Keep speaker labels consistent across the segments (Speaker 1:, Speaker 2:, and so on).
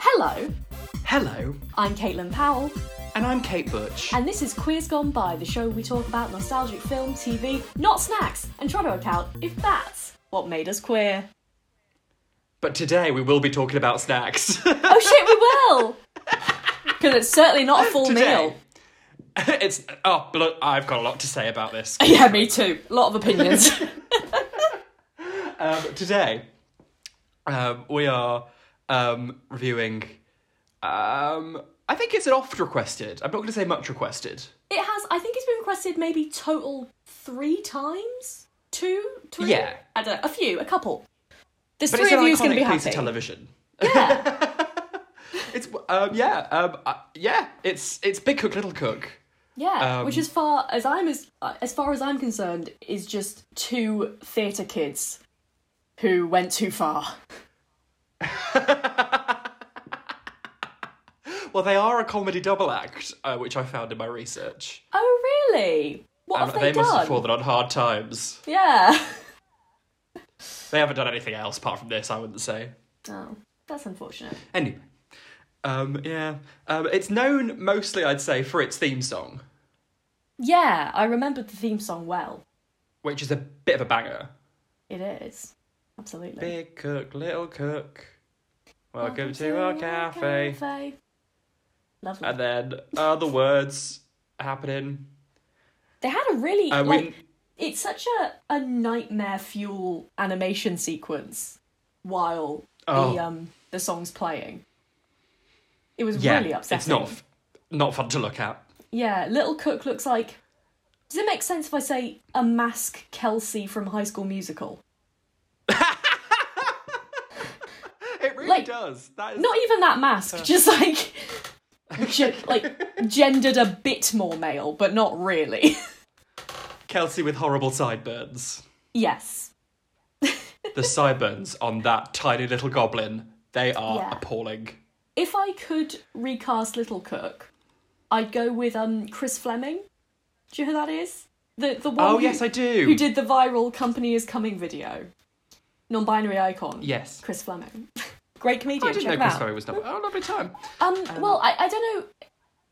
Speaker 1: Hello,
Speaker 2: Hello,
Speaker 1: I'm Caitlin Powell,
Speaker 2: and I'm Kate Butch.
Speaker 1: and this is Queers Gone By, the show we talk about nostalgic film, TV, not snacks, and try to work out if that's what made us queer.
Speaker 2: But today we will be talking about snacks.
Speaker 1: Oh shit, we will! Because it's certainly not a full
Speaker 2: today.
Speaker 1: meal.
Speaker 2: it's oh, look, I've got a lot to say about this.
Speaker 1: Yeah, me too. A lot of opinions.
Speaker 2: Um, today, um, we are um, reviewing. Um, I think it's an oft requested. I'm not going to say much requested.
Speaker 1: It has. I think it's been requested maybe total three times. Two, three.
Speaker 2: Yeah.
Speaker 1: I don't know. A few, a couple. There's
Speaker 2: But
Speaker 1: three
Speaker 2: it's an
Speaker 1: of you's
Speaker 2: iconic
Speaker 1: going to be
Speaker 2: piece
Speaker 1: happy.
Speaker 2: of television.
Speaker 1: Yeah.
Speaker 2: It's um, yeah, um, uh, yeah. It's it's Big Cook Little Cook.
Speaker 1: Yeah.
Speaker 2: Um,
Speaker 1: Which, as far as I'm as uh, as far as I'm concerned, is just two theatre kids who went too far.
Speaker 2: Well, they are a comedy double act, uh, which I found in my research.
Speaker 1: Oh really? What
Speaker 2: Um,
Speaker 1: have they,
Speaker 2: they must
Speaker 1: done?
Speaker 2: have fallen on hard times.
Speaker 1: Yeah.
Speaker 2: They haven't done anything else apart from this, I wouldn't say.
Speaker 1: Oh, that's unfortunate.
Speaker 2: Anyway, um, yeah, um, it's known mostly, I'd say, for its theme song,
Speaker 1: Yeah, I remembered the theme song well.
Speaker 2: which is a bit of a banger.
Speaker 1: It is absolutely.
Speaker 2: Big cook, little cook, welcome to our cafe.
Speaker 1: Lovely.
Speaker 2: And then other words happening.
Speaker 1: They had a really
Speaker 2: Uh, we-
Speaker 1: like it's such a, a nightmare fuel animation sequence while
Speaker 2: Oh.
Speaker 1: the um the song's playing. It was
Speaker 2: Yeah,
Speaker 1: really upsetting.
Speaker 2: it's not f- not fun to look at.
Speaker 1: Yeah, Little Cook looks like. Does it make sense if I say a mask Kelsey from High School Musical?
Speaker 2: It really
Speaker 1: Like,
Speaker 2: does. That is
Speaker 1: Not even that mask, just like. gen- like gendered a bit more male, but not really. e-,
Speaker 2: Kelsey with horrible sideburns.
Speaker 1: yes.
Speaker 2: the sideburns on that tiny little goblin, they are
Speaker 1: Yeah.
Speaker 2: appalling.
Speaker 1: If I could recast Little Cook, I'd go with um Chris Fleming. Do you know who that is? The the one
Speaker 2: Oh,
Speaker 1: who,
Speaker 2: yes, I do.
Speaker 1: who did the viral "Company Is Coming" video, non-binary icon.
Speaker 2: Yes.
Speaker 1: Chris Fleming, great comedian.
Speaker 2: I didn't
Speaker 1: check
Speaker 2: know
Speaker 1: him
Speaker 2: Chris
Speaker 1: out.
Speaker 2: Ferry was not. Oh, lovely time.
Speaker 1: Um, well, I, I don't know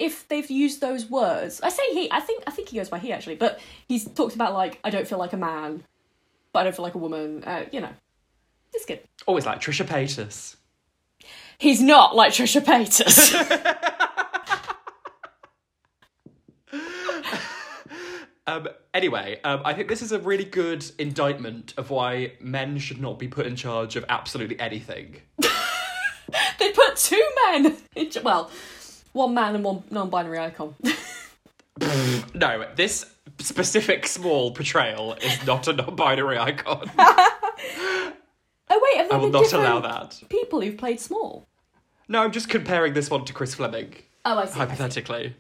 Speaker 1: if they've used those words. I say he. I think I think he goes by he actually, but he's talked about like I don't feel like a man, but I don't feel like a woman. Uh, you know, it's good.
Speaker 2: Always like Trisha Paytas.
Speaker 1: He's not like Trisha Paytas.
Speaker 2: Um, anyway, um, I think this is a really good indictment of why men should not be put in charge of absolutely anything.
Speaker 1: they put two men. In, ch- well, one man and one non-binary icon. Oh,
Speaker 2: No, this specific small portrayal is not a non-binary icon.
Speaker 1: oh wait, have they
Speaker 2: I will
Speaker 1: been
Speaker 2: not
Speaker 1: different
Speaker 2: allow that.
Speaker 1: people who've played small?
Speaker 2: No, I'm just comparing this one to Chris Fleming.
Speaker 1: Oh, I see. I see. Mm-hmm.
Speaker 2: hypothetically.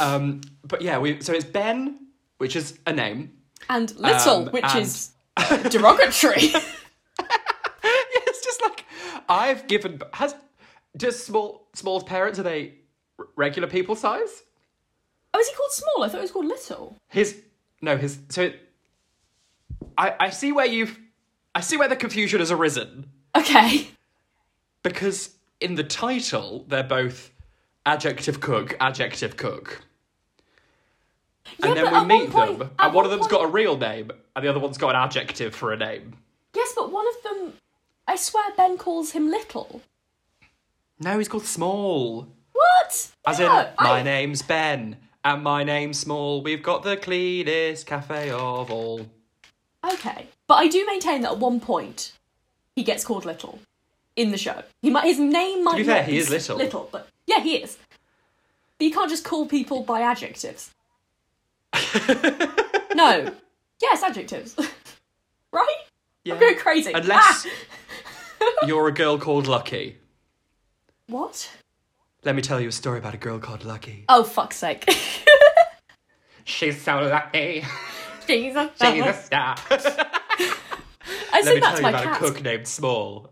Speaker 2: Um, but yeah, we so it's Ben, which is a name.
Speaker 1: And little,
Speaker 2: Um,
Speaker 1: which
Speaker 2: and-
Speaker 1: is derogatory.
Speaker 2: it's just like I've given has just small small's parents are they r- regular people size?
Speaker 1: oh, is he called small? I thought he was called little.
Speaker 2: His no his so I I see where you've I see where the confusion has arisen
Speaker 1: Okay.
Speaker 2: because in the title they're both adjective cook adjective cook.
Speaker 1: Yeah,
Speaker 2: And
Speaker 1: but
Speaker 2: then
Speaker 1: at
Speaker 2: we
Speaker 1: one
Speaker 2: meet
Speaker 1: point-
Speaker 2: them,
Speaker 1: at
Speaker 2: and one of
Speaker 1: one
Speaker 2: them's
Speaker 1: point-
Speaker 2: got a real name, and the other one's got an adjective for a name.
Speaker 1: Yes, but one of them. I swear Ben calls him little.
Speaker 2: No, he's called Small.
Speaker 1: What?
Speaker 2: As
Speaker 1: No,
Speaker 2: in,
Speaker 1: I-
Speaker 2: my name's Ben, and my name's Small. We've got the cleanest cafe of all.
Speaker 1: Okay. But I do maintain that at one point he gets called little in the show. He might, his name might
Speaker 2: be
Speaker 1: not
Speaker 2: fair, he
Speaker 1: be
Speaker 2: is
Speaker 1: s-
Speaker 2: Little.
Speaker 1: Little, but yeah, he is. But you can't just call people by adjectives. no. Yes, adjectives. right?
Speaker 2: Yeah.
Speaker 1: Go crazy.
Speaker 2: Unless
Speaker 1: Ah!
Speaker 2: you're a girl called Lucky.
Speaker 1: What?
Speaker 2: Let me tell you a story about a girl called Lucky.
Speaker 1: Oh, fuck's sake.
Speaker 2: She's so lucky.
Speaker 1: Jesus.
Speaker 2: She's a star.
Speaker 1: I
Speaker 2: Let me
Speaker 1: said that
Speaker 2: tell
Speaker 1: to
Speaker 2: you
Speaker 1: my
Speaker 2: about
Speaker 1: cat.
Speaker 2: a cook named Small.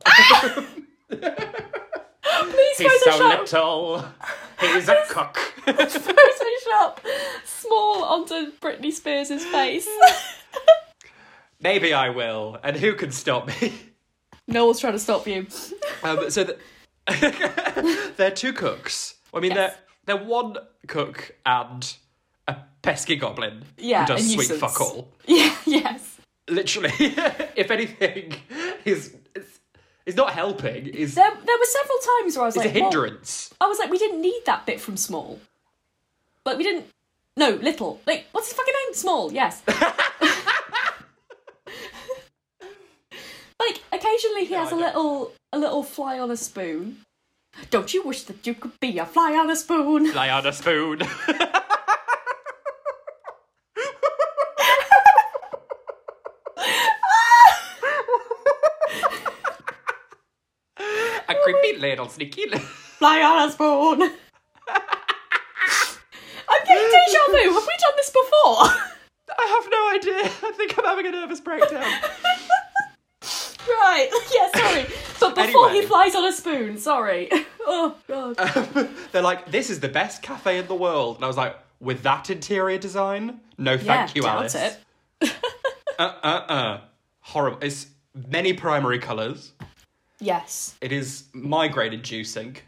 Speaker 1: Please
Speaker 2: He's so
Speaker 1: Photoshop.
Speaker 2: little. He's a cook.
Speaker 1: Photoshop small onto Britney Spears' face.
Speaker 2: Maybe I will, and who can stop me?
Speaker 1: no one's trying to stop you.
Speaker 2: Um, so, the, they're two cooks. I mean,
Speaker 1: Yes.
Speaker 2: they're they're one cook and a pesky goblin
Speaker 1: Yeah,
Speaker 2: who does
Speaker 1: a
Speaker 2: sweet
Speaker 1: nuisance.
Speaker 2: fuck all.
Speaker 1: Yeah, yes.
Speaker 2: Literally, if anything, is is- is not helping. Is
Speaker 1: There, there were several times where I was
Speaker 2: is a
Speaker 1: like, well,
Speaker 2: hindrance.
Speaker 1: I was like, we didn't need that bit from Small. Like, we didn't. No, Little. Like, what's his fucking name? Small, yes. like, occasionally he has a
Speaker 2: I don't-
Speaker 1: little, a little fly on a spoon. Don't you wish that you could be a fly on a spoon?
Speaker 2: Lie on a spoon. a creepy little sneaky. li-
Speaker 1: Fly on a spoon! I'm getting deja vu. Have we done this before?
Speaker 2: I have no idea. I think I'm having a nervous breakdown.
Speaker 1: right. Yeah. Sorry. But before
Speaker 2: Anyway. Uh,
Speaker 1: he flies on a spoon. Sorry. Oh God.
Speaker 2: They're like, this is the best cafe in the world. And I was like, with that interior design? No,
Speaker 1: yeah.
Speaker 2: thank you,
Speaker 1: doubt
Speaker 2: Alice.
Speaker 1: it.
Speaker 2: Uh-uh. Horrible. It's many primary colours.
Speaker 1: Yes.
Speaker 2: It is migraine inducing.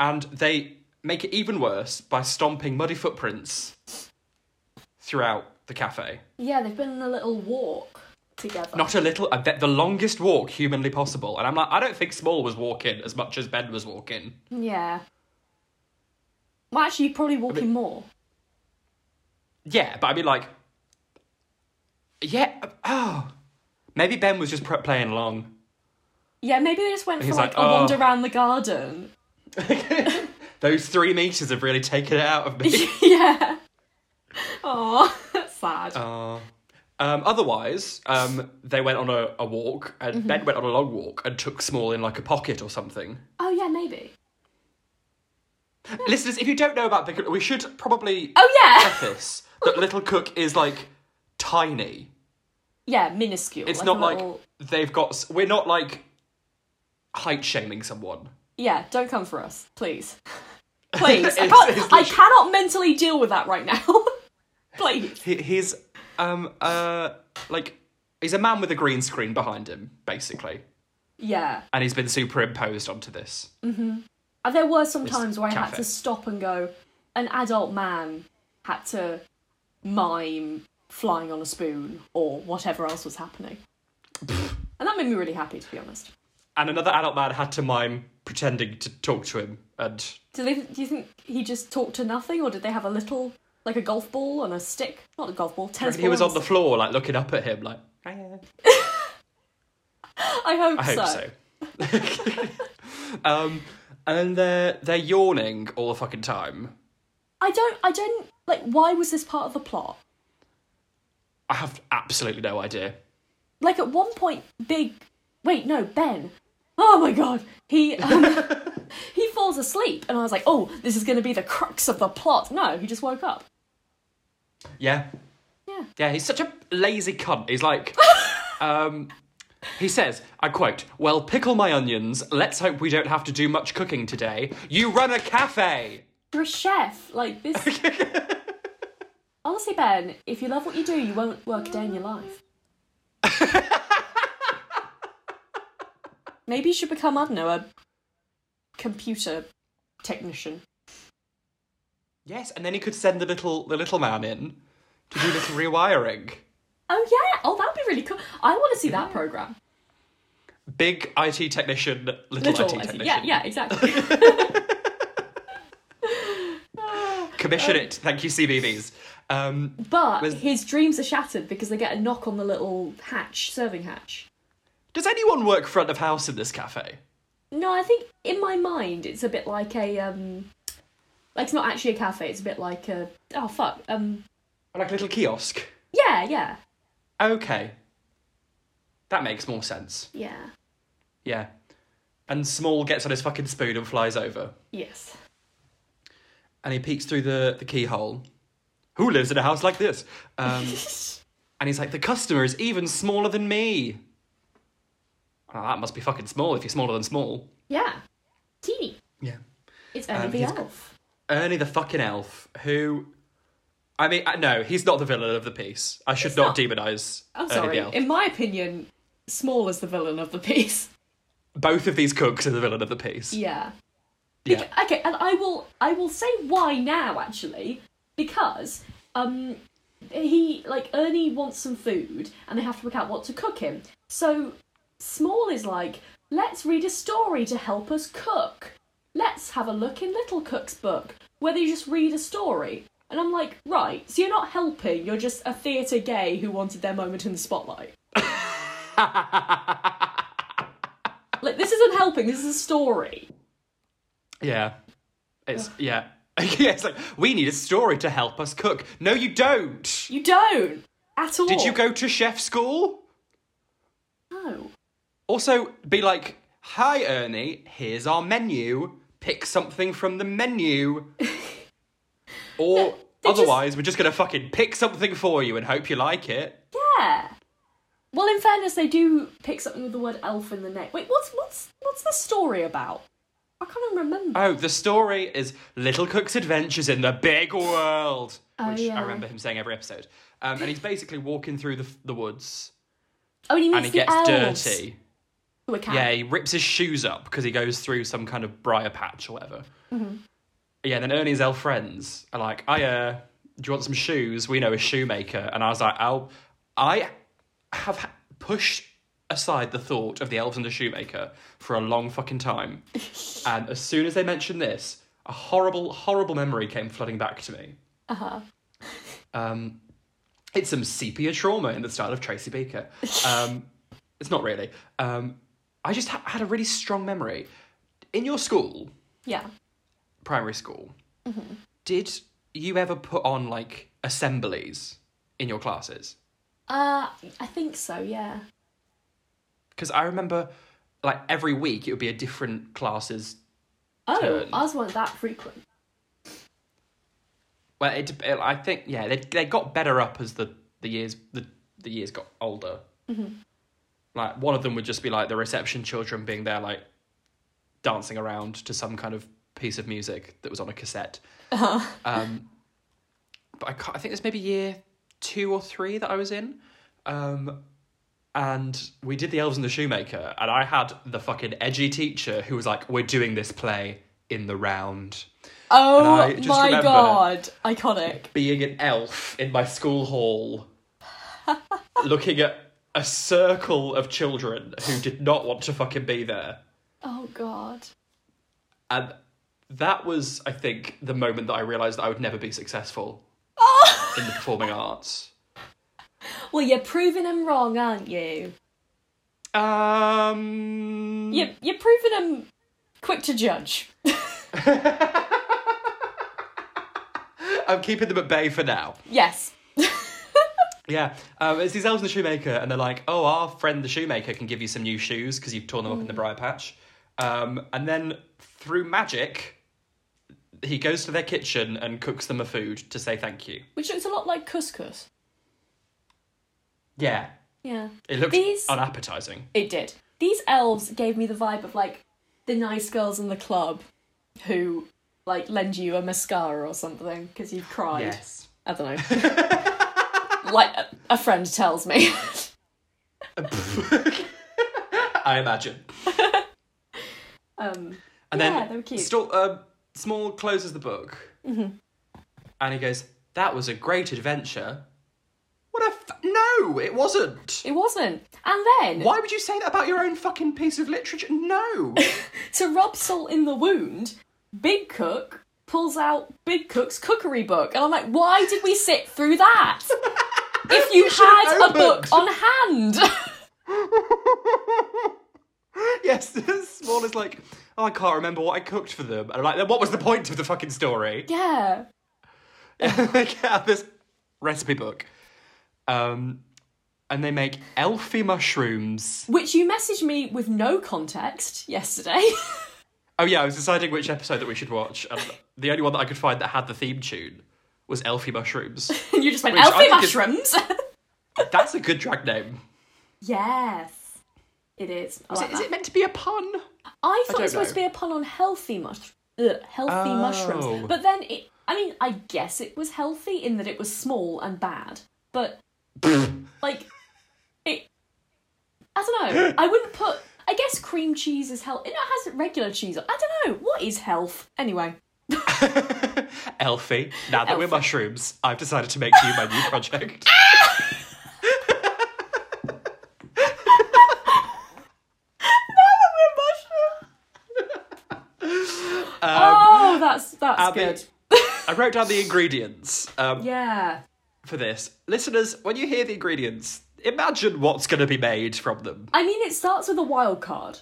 Speaker 2: And they make it even worse by stomping muddy footprints throughout the cafe.
Speaker 1: Yeah, they've been on a little walk together.
Speaker 2: Not a little, I bet the longest walk humanly possible. And I'm like, I don't think Small was walking as much as Ben was walking.
Speaker 1: Yeah. Well, actually, you're probably walking more.
Speaker 2: Yeah, but I mean, like, yeah, oh, maybe Ben was just pr- playing along.
Speaker 1: Yeah, maybe they just went for
Speaker 2: He's
Speaker 1: like,
Speaker 2: like,
Speaker 1: a wander
Speaker 2: "Oh."
Speaker 1: around the garden.
Speaker 2: Those three meters have really taken it out of me.
Speaker 1: yeah. Oh, that's sad.
Speaker 2: Uh, um, otherwise, um, they went on a, a walk, and Ben went on a long walk and took Small in like a pocket or something.
Speaker 1: oh yeah, maybe.
Speaker 2: Listeners, if you don't know about Big Cook, we should probably
Speaker 1: Oh yeah.
Speaker 2: preface that Little Cook is like tiny.
Speaker 1: yeah, minuscule.
Speaker 2: It's
Speaker 1: like
Speaker 2: not
Speaker 1: a
Speaker 2: like
Speaker 1: little-
Speaker 2: they've got. s- We're not like height shaming someone.
Speaker 1: Yeah, don't come for us, please. Please, I,
Speaker 2: It's-
Speaker 1: can't,
Speaker 2: it's
Speaker 1: I
Speaker 2: literally-
Speaker 1: cannot mentally deal with that right now. please.
Speaker 2: He, he's um uh like he's a man with a green screen behind him, basically,
Speaker 1: Yeah.
Speaker 2: and he's been superimposed onto this.
Speaker 1: And There were some times where I had
Speaker 2: cafe.
Speaker 1: to stop and go, an adult man had to mime flying on a spoon or whatever else was happening. and that made me really happy, to be honest.
Speaker 2: and another adult man had to mime pretending to talk to him and
Speaker 1: Do, they, do you think he just talked to nothing or did they have a little, like a golf ball and a stick? Not a golf ball, tennis ball.
Speaker 2: he was
Speaker 1: and
Speaker 2: on
Speaker 1: a
Speaker 2: the floor like looking up at him like
Speaker 1: stick. I hope,
Speaker 2: i hope so, um and they're they're yawning all the fucking time
Speaker 1: I don't, I don't, like, why was this part of the plot?
Speaker 2: i have absolutely no idea
Speaker 1: like at one point big wait no ben oh my god he um, he falls asleep and i was like oh this is going to be the crux of the plot no he just woke up
Speaker 2: yeah
Speaker 1: yeah
Speaker 2: yeah he's such a lazy cunt he's like um he says i quote well pickle my onions let's hope we don't have to do much cooking today you run a cafe
Speaker 1: you're a chef like this honestly ben if you love what you do you won't work a day in your life maybe you should become i don't know a computer technician
Speaker 2: yes and then he could send the little the little man in to do little rewiring
Speaker 1: oh yeah oh that'd be really cool i want to see that program
Speaker 2: Big IT technician, little, IT
Speaker 1: Little, I
Speaker 2: technician.
Speaker 1: think. Yeah, yeah, exactly.
Speaker 2: Commission it. Thank you, CBBS. Um,
Speaker 1: But
Speaker 2: Was-
Speaker 1: his dreams are shattered because they get a knock on the little hatch, serving hatch.
Speaker 2: does anyone work front of house in this cafe?
Speaker 1: No, I think in my mind it's a bit like a um like it's not actually a cafe, it's a bit like a oh fuck. Um
Speaker 2: Like a little kiosk.
Speaker 1: yeah, yeah.
Speaker 2: Okay. That makes more sense.
Speaker 1: Yeah.
Speaker 2: Yeah. And Small gets on his fucking spoon and flies over.
Speaker 1: Yes.
Speaker 2: And he peeks through the, the keyhole. Who lives in a house like this? Um, and he's like, the customer is even smaller than me. Oh, that must be fucking small if you're smaller than small.
Speaker 1: yeah. Teeny.
Speaker 2: Yeah.
Speaker 1: It's Ernie
Speaker 2: Um,
Speaker 1: the
Speaker 2: he's-
Speaker 1: Elf.
Speaker 2: Ernie the fucking elf, who. I mean, I- no, he's not the villain of the piece. I should not,
Speaker 1: not.
Speaker 2: demonize
Speaker 1: I'm
Speaker 2: Ernie
Speaker 1: sorry.
Speaker 2: the elf.
Speaker 1: In my opinion, Small is the villain of the piece.
Speaker 2: both of these cooks are the villain of the piece.
Speaker 1: Yeah.
Speaker 2: Yeah.
Speaker 1: Bec- Okay, and I will I will say why now actually because um he like Ernie wants some food and they have to work out what to cook him. So Small is like, let's read a story to help us cook. Let's have a look in Little Cook's book where they just read a story. And I'm like, right, so you're not helping, you're just a theatre gay who wanted their moment in the spotlight. Like, this isn't helping, this is a story.
Speaker 2: Yeah. It's yeah. yeah, it's like we need a story to help us cook. No, you don't.
Speaker 1: You don't! At all.
Speaker 2: Did you go to chef school?
Speaker 1: No.
Speaker 2: Also, be like, "Hi, Ernie. Here's our menu. Pick something from the menu." or
Speaker 1: they just-
Speaker 2: otherwise, we're just gonna fucking pick something for you and hope you like it.
Speaker 1: Yeah. Well, in fairness, they do pick something with the word elf in the name. Wait, what's what's what's the story about? I can't even remember.
Speaker 2: Oh, the story is Little Cook's Adventures in the Big World,
Speaker 1: Oh,
Speaker 2: which I
Speaker 1: yeah.
Speaker 2: remember him saying every episode. Um, and he's basically walking through the, the woods,
Speaker 1: Oh, and he
Speaker 2: and
Speaker 1: meets
Speaker 2: he
Speaker 1: the
Speaker 2: gets
Speaker 1: elves
Speaker 2: dirty.
Speaker 1: who are cat.
Speaker 2: Yeah, he rips his shoes up because he goes through some kind of briar patch or whatever. Yeah, then Ernie's elf friends are like, "I uh, do you want some shoes? We know a shoemaker." And I was like, "I'll, I have ha- pushed aside the thought of the elves and the shoemaker for a long fucking time, and as soon as they mentioned this, a horrible, horrible memory came flooding back to me. Uh huh. Um, it's some sepia trauma in the style of Tracy Beaker. Um, it's not really. Um, I just ha- had a really strong memory. In your school,
Speaker 1: Yeah.
Speaker 2: primary school, did you ever put on like assemblies in your classes?
Speaker 1: Uh, I think so. Yeah.
Speaker 2: Because I remember like every week it would be a different classes.
Speaker 1: Oh,
Speaker 2: Turn.
Speaker 1: ours weren't that frequent.
Speaker 2: Well, it, dep- I think yeah, they they got better up as the the years the the years got older. Like one of them would just be like the reception children being there, like dancing around to some kind of piece of music that was on a cassette. Um, but I, can't, I think it's maybe year two or three that I was in. Um, and we did The Elves and the Shoemaker, and I had the fucking edgy teacher who was like, We're doing this play in the round.
Speaker 1: Oh
Speaker 2: I just
Speaker 1: my
Speaker 2: remember-
Speaker 1: god! Iconic.
Speaker 2: Being an elf in my school hall, looking at a circle of children who did not want to fucking be there.
Speaker 1: Oh god.
Speaker 2: And that was, I think, the moment that I realised that I would never be successful in the performing arts.
Speaker 1: Oh. Well, you're proving him wrong, aren't you?
Speaker 2: Um.
Speaker 1: You're you're proving him quick to judge.
Speaker 2: I'm keeping them at bay for now.
Speaker 1: yes.
Speaker 2: Yeah. Um, it's these elves and the shoemaker, and they're like, oh, our friend the shoemaker can give you some new shoes because you've torn them up in the briar patch. Um, and then through magic, he goes to their kitchen and cooks them a food to say thank you.
Speaker 1: Which looks a lot like couscous.
Speaker 2: Yeah.
Speaker 1: Yeah.
Speaker 2: It looks
Speaker 1: These-
Speaker 2: unappetizing.
Speaker 1: It did. These elves gave me the vibe of like the nice girls in the club who like lend you a mascara or something because you've cried.
Speaker 2: Yes.
Speaker 1: I don't know. like a, a friend tells me.
Speaker 2: I imagine.
Speaker 1: um,
Speaker 2: And
Speaker 1: Yeah,
Speaker 2: then
Speaker 1: they were cute. Mm-hmm.
Speaker 2: Sto- uh, Small closes the book, and he goes, "That was a great adventure." What a f- no! It wasn't.
Speaker 1: it wasn't. And then
Speaker 2: Why would you say that about your own fucking piece of literature? No.
Speaker 1: to rub salt in the wound, Big Cook pulls out Big Cook's cookery book, and I'm like, why did we sit through that? if you,
Speaker 2: should've
Speaker 1: had a book
Speaker 2: opened.
Speaker 1: on hand.
Speaker 2: yes, Small is like, "Oh, I can't remember what I cooked for them," and I'm like, "Then what was the point of the fucking story?"
Speaker 1: yeah.
Speaker 2: they get out this recipe book, um, and they make elfie mushrooms.
Speaker 1: Which you messaged me with no context yesterday.
Speaker 2: Oh yeah, I was deciding which episode that we should watch, and the only one that I could find that had the theme tune was Elfie Mushrooms.
Speaker 1: And you just went,
Speaker 2: Which I
Speaker 1: Elfie
Speaker 2: think is-
Speaker 1: mushrooms!
Speaker 2: That's a good drag name.
Speaker 1: yes. It is. I,
Speaker 2: Is
Speaker 1: like
Speaker 2: it, is
Speaker 1: that.
Speaker 2: it meant to be a pun?
Speaker 1: I thought
Speaker 2: don't
Speaker 1: it was supposed to
Speaker 2: know.
Speaker 1: be a pun on healthy mush- ugh, healthy
Speaker 2: Oh.
Speaker 1: mushrooms. But then it I mean, I guess it was healthy in that it was small and bad. But like it I don't know. I wouldn't put I guess cream cheese is health. It has regular cheese. I don't know. What is health? Anyway.
Speaker 2: Elfie, now that we're
Speaker 1: Elfie.
Speaker 2: mushrooms, I've decided to make you my new project.
Speaker 1: oh, that's that's
Speaker 2: Um, Abby-
Speaker 1: good.
Speaker 2: I wrote down the ingredients um,
Speaker 1: Yeah.
Speaker 2: for this. Listeners, when you hear the ingredients, imagine what's going to be made from them.
Speaker 1: I mean, it starts with a wild card.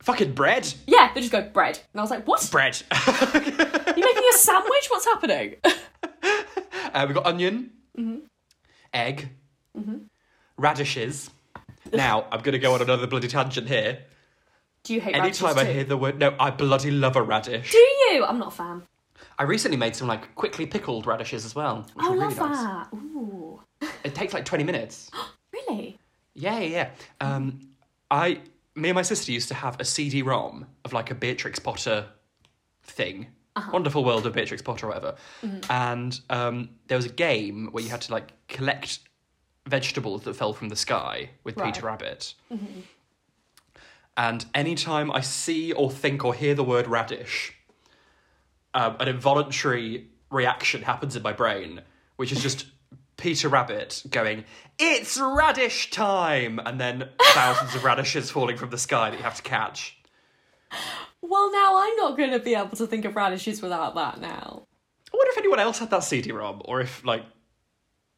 Speaker 2: Fucking bread.
Speaker 1: Yeah, they just go bread, and I was like, "What?
Speaker 2: Bread.
Speaker 1: You're making a sandwich? What's happening?"
Speaker 2: Uh, we've got onion,
Speaker 1: Mm-hmm.
Speaker 2: egg, radishes. Now, I'm going to go on another bloody tangent here.
Speaker 1: Do you hate radishes
Speaker 2: Anytime I
Speaker 1: too?
Speaker 2: hear the word, no, I bloody love a radish.
Speaker 1: Do you? I'm not a fan.
Speaker 2: I recently made some like quickly pickled radishes as well. Which
Speaker 1: I
Speaker 2: were
Speaker 1: love
Speaker 2: really nice.
Speaker 1: that. Ooh,
Speaker 2: It takes like 20 minutes.
Speaker 1: really?
Speaker 2: Yeah, yeah, yeah. Um, I, me and my sister used to have a CD-ROM of like a Beatrix Potter thing, Wonderful World of Beatrix Potter or whatever. And um, there was a game where you had to like collect vegetables that fell from the sky with
Speaker 1: Right.
Speaker 2: Peter Rabbit. And anytime I see or think or hear the word radish, um, an involuntary reaction happens in my brain, which is just Peter Rabbit going, It's radish time! And then thousands of radishes falling from the sky that you have to catch.
Speaker 1: Well, now I'm not going to be able to think of radishes without that now.
Speaker 2: I wonder if anyone else had that CD ROM, or if, like,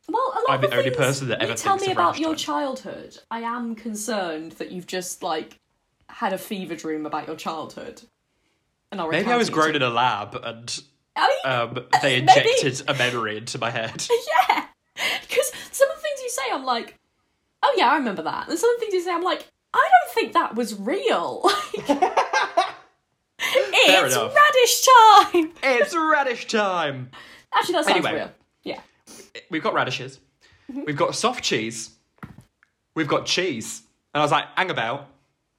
Speaker 1: Well, a lot
Speaker 2: I'm
Speaker 1: of
Speaker 2: the only
Speaker 1: things
Speaker 2: person that
Speaker 1: you
Speaker 2: ever
Speaker 1: tell
Speaker 2: thinks
Speaker 1: me
Speaker 2: of
Speaker 1: about
Speaker 2: radish
Speaker 1: your
Speaker 2: time.
Speaker 1: childhood. I am concerned that you've just like had a fever dream about your childhood. And I'll
Speaker 2: maybe I
Speaker 1: recount
Speaker 2: was
Speaker 1: it.
Speaker 2: grown in a lab and
Speaker 1: I mean,
Speaker 2: um, they
Speaker 1: Maybe.
Speaker 2: injected a memory into my head.
Speaker 1: yeah, because some of the things you say, I'm like, oh yeah, I remember that. And some of the things you say, I'm like, I don't think that was real. Like, it's
Speaker 2: enough.
Speaker 1: radish time.
Speaker 2: it's radish time!
Speaker 1: Actually, that sounds
Speaker 2: Anyway.
Speaker 1: real. Yeah.
Speaker 2: We've got radishes,
Speaker 1: Mm-hmm.
Speaker 2: we've got soft cheese, we've got cheese. And I was like, hang about.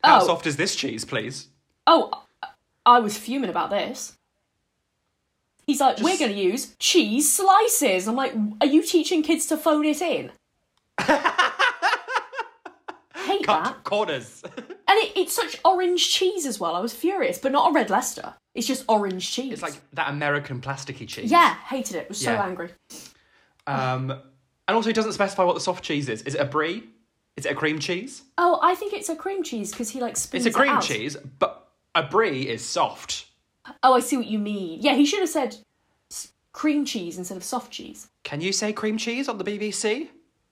Speaker 2: How
Speaker 1: Oh.
Speaker 2: soft is this cheese, please?
Speaker 1: Oh, I- I was fuming about this. He's like, we're going to use cheese slices. I'm like, are you teaching kids to phone it in? Hate that.
Speaker 2: Cut corners.
Speaker 1: And it, it's such orange cheese as well. I was furious, but not a red Leicester. It's just orange cheese.
Speaker 2: It's like that American plasticky cheese.
Speaker 1: yeah, hated it. Was so
Speaker 2: Yeah.
Speaker 1: angry.
Speaker 2: Um, and also, it doesn't specify what the soft cheese is. Is it a brie? Is it a cream cheese?
Speaker 1: Oh, I think it's a cream cheese because he like spoons
Speaker 2: It's
Speaker 1: it
Speaker 2: a cream
Speaker 1: out.
Speaker 2: cheese, but a brie is soft.
Speaker 1: Oh, I see what you mean. Yeah, he should have said s- cream cheese instead of soft cheese.
Speaker 2: Can you say cream cheese on the BBC?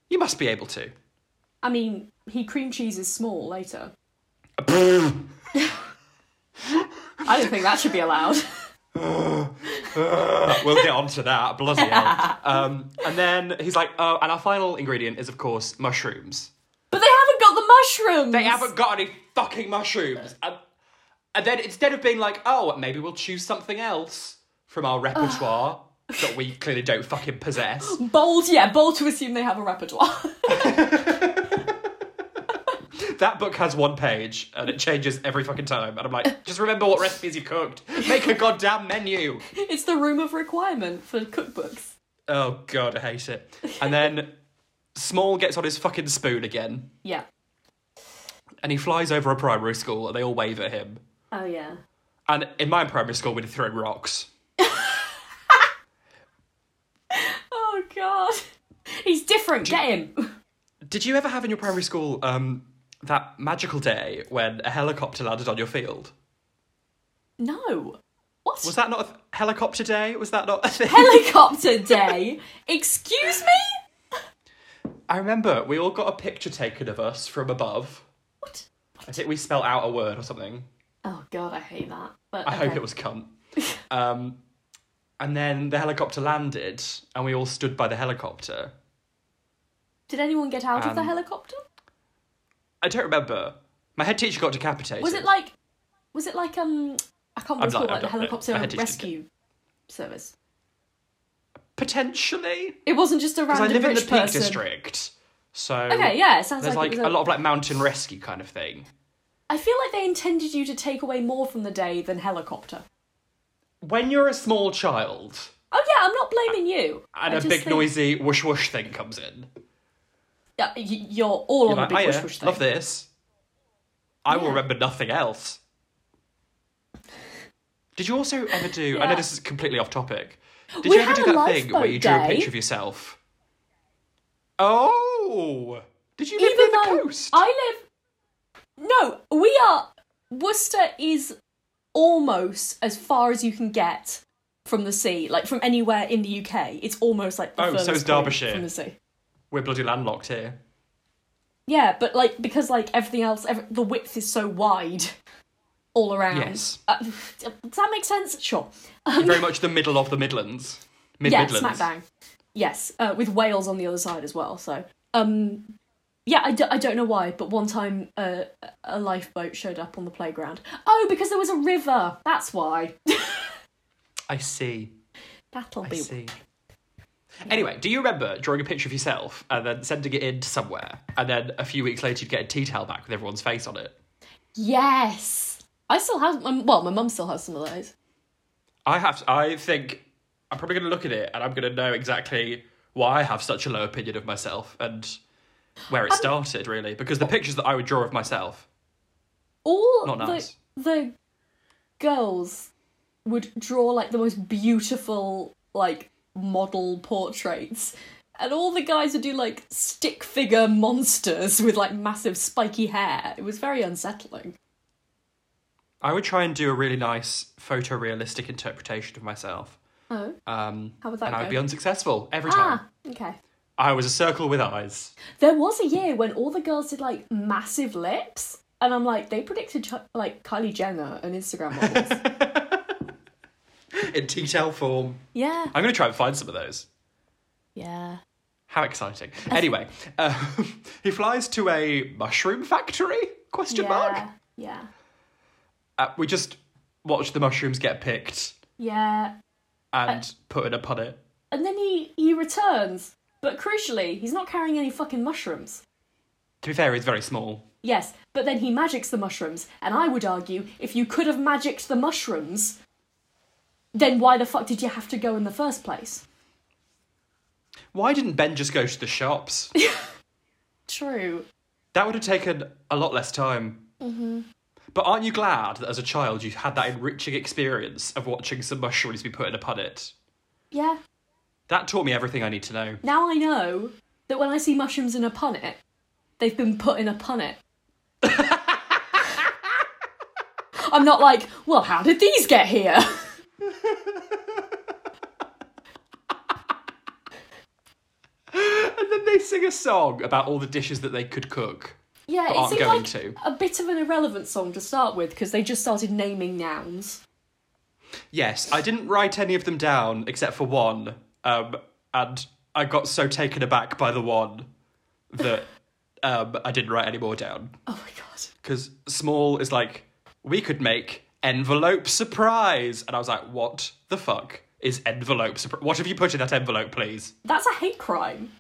Speaker 2: You must be able to.
Speaker 1: I mean, he cream cheeses small later. I don't think that should be allowed.
Speaker 2: we'll get on to that. Bloody hell. Um, and then he's like, oh, and our final ingredient is, of course, mushrooms.
Speaker 1: But they haven't got the mushrooms.
Speaker 2: They haven't got any fucking mushrooms. And, and then instead of being like, oh, maybe we'll choose something else from our repertoire that we clearly don't fucking possess.
Speaker 1: Bold, yeah, bold to assume they have a repertoire.
Speaker 2: That book has one page and it changes every fucking time. And I'm like, just remember what recipes you cooked. Make a goddamn menu.
Speaker 1: it's the room of requirement for cookbooks.
Speaker 2: Oh god, I hate it. And then Small gets on his fucking spoon again
Speaker 1: Yeah.
Speaker 2: and he flies over a primary school and they all wave at him.
Speaker 1: Oh yeah.
Speaker 2: And in my primary school, we'd throw rocks.
Speaker 1: Oh god. He's different. Get him.
Speaker 2: Did you ever have in your primary school um, that magical day when a helicopter landed on your field?
Speaker 1: No. What?
Speaker 2: Was that not a th- helicopter day? Was that not a thing?
Speaker 1: Helicopter day. Excuse me.
Speaker 2: I remember we all got a picture taken of us from above.
Speaker 1: What?
Speaker 2: I think we spelled out a word or something.
Speaker 1: Oh god, I hate that. But
Speaker 2: I hope
Speaker 1: okay.
Speaker 2: it was cunt. Um, and then the helicopter landed, and we all stood by the helicopter.
Speaker 1: Did anyone get out of the
Speaker 2: Um,
Speaker 1: helicopter?
Speaker 2: I don't remember. My head teacher got decapitated.
Speaker 1: Was it like? Was it like um? I can't remember. It's
Speaker 2: not-
Speaker 1: called
Speaker 2: I'm
Speaker 1: like the
Speaker 2: not- no,
Speaker 1: helicopter
Speaker 2: I had to just get-
Speaker 1: rescue service.
Speaker 2: potentially?
Speaker 1: It wasn't just a
Speaker 2: Because I
Speaker 1: random
Speaker 2: live in
Speaker 1: rich
Speaker 2: the Peak
Speaker 1: person.
Speaker 2: District, so
Speaker 1: Okay, yeah, it sounds
Speaker 2: there's
Speaker 1: like,
Speaker 2: like
Speaker 1: it
Speaker 2: a
Speaker 1: was a,
Speaker 2: lot of like mountain rescue kind of thing.
Speaker 1: I feel like they intended you to take away more from the day than helicopter.
Speaker 2: When you're a small child
Speaker 1: Oh yeah, I'm not blaming you.
Speaker 2: and
Speaker 1: I
Speaker 2: a
Speaker 1: just
Speaker 2: big
Speaker 1: think-
Speaker 2: noisy whoosh whoosh thing comes in,
Speaker 1: Yeah, y- you're all
Speaker 2: you're
Speaker 1: on
Speaker 2: like,
Speaker 1: the
Speaker 2: "Oh,
Speaker 1: big
Speaker 2: "Hiya,
Speaker 1: whoosh whoosh thing.
Speaker 2: love this. I will
Speaker 1: Yeah.
Speaker 2: remember nothing else. Did you also ever do? I
Speaker 1: Yeah.
Speaker 2: know this is completely off topic. Did
Speaker 1: We
Speaker 2: you ever
Speaker 1: had
Speaker 2: do
Speaker 1: a
Speaker 2: that thing where
Speaker 1: lifeboat
Speaker 2: you drew a
Speaker 1: day.
Speaker 2: picture of yourself? Oh, did you live
Speaker 1: Even
Speaker 2: near
Speaker 1: though
Speaker 2: the coast?
Speaker 1: I live. No, we are. Worcester is almost as far as you can get from the sea, like from anywhere in the UK. It's almost like the
Speaker 2: Oh, so
Speaker 1: furthest
Speaker 2: is
Speaker 1: point
Speaker 2: Derbyshire.
Speaker 1: from the sea.
Speaker 2: We're bloody landlocked here.
Speaker 1: Yeah, but like because like everything else, ev the width is so wide all around.
Speaker 2: Yes.
Speaker 1: Uh, does that make sense? Sure.
Speaker 2: Very much the middle of the Midlands. Mid
Speaker 1: yeah, smack
Speaker 2: Midlands.
Speaker 1: bang. Yes, uh, with Wales on the other side as well. So, um, yeah, I, d- I don't know why, but one time uh, a lifeboat showed up on the playground. Oh, because there was a river. That's why.
Speaker 2: I see.
Speaker 1: That'll
Speaker 2: I
Speaker 1: be.
Speaker 2: see. Anyway, do you remember drawing a picture of yourself and then sending it in to somewhere, and then a few weeks later you'd get a tea towel back with everyone's face on it?
Speaker 1: Yes, I still have. Um, well, my mum still has some of those.
Speaker 2: I have. I think I'm probably going to look at it and I'm going to know exactly why I have such a low opinion of myself and where it
Speaker 1: Um,
Speaker 2: started, really, because the pictures that I would draw of myself.
Speaker 1: All
Speaker 2: Not nice.
Speaker 1: the the girls would draw like the most beautiful like model portraits. And all the guys would do like stick figure monsters with like massive spiky hair. It was very unsettling.
Speaker 2: I would try and do a really nice photorealistic interpretation of myself.
Speaker 1: Oh,
Speaker 2: Um,
Speaker 1: How would that
Speaker 2: and I would
Speaker 1: go?
Speaker 2: be unsuccessful every time.
Speaker 1: ah, okay.
Speaker 2: I was a circle with eyes.
Speaker 1: There was a year when all the girls did like massive lips, and I'm like, they predicted Ch- like Kylie Jenner and Instagram models.
Speaker 2: In tea towel form.
Speaker 1: yeah,
Speaker 2: I'm going to try and find some of those.
Speaker 1: yeah.
Speaker 2: How exciting! Anyway, um, he flies to a mushroom factory? Question mark.
Speaker 1: Yeah, yeah,
Speaker 2: Uh, we just watch the mushrooms get picked
Speaker 1: yeah.
Speaker 2: and put in a punnet.
Speaker 1: And then he he returns, but crucially, he's not carrying any fucking mushrooms.
Speaker 2: To be fair, he's very small.
Speaker 1: Yes, but then he magics the mushrooms, and I would argue if you could have magicked the mushrooms, then why the fuck did you have to go in the first place?
Speaker 2: Why didn't Ben just go to the shops?
Speaker 1: True.
Speaker 2: that would have taken a lot less time. Mm-hmm. But aren't you glad that as a child you had that enriching experience of watching some mushrooms be put in a punnet?
Speaker 1: Yeah.
Speaker 2: That taught me everything I need to know.
Speaker 1: Now I know that when I see mushrooms in a punnet, they've been put in a punnet. I'm not like, well, how did these get here?
Speaker 2: And then they sing a song about all the dishes that they could cook.
Speaker 1: Yeah,
Speaker 2: But
Speaker 1: it
Speaker 2: aren't
Speaker 1: seemed
Speaker 2: going
Speaker 1: like
Speaker 2: to.
Speaker 1: a bit of an irrelevant song to start with because they just started naming nouns.
Speaker 2: Yes, I didn't write any of them down except for one, um, and I got so taken aback by the one that um, I didn't write any more down.
Speaker 1: Oh my god.
Speaker 2: Because small is like, we could make envelope surprise. And I was like, what the fuck is envelope surprise? What have you put in that envelope, please?
Speaker 1: That's a hate crime.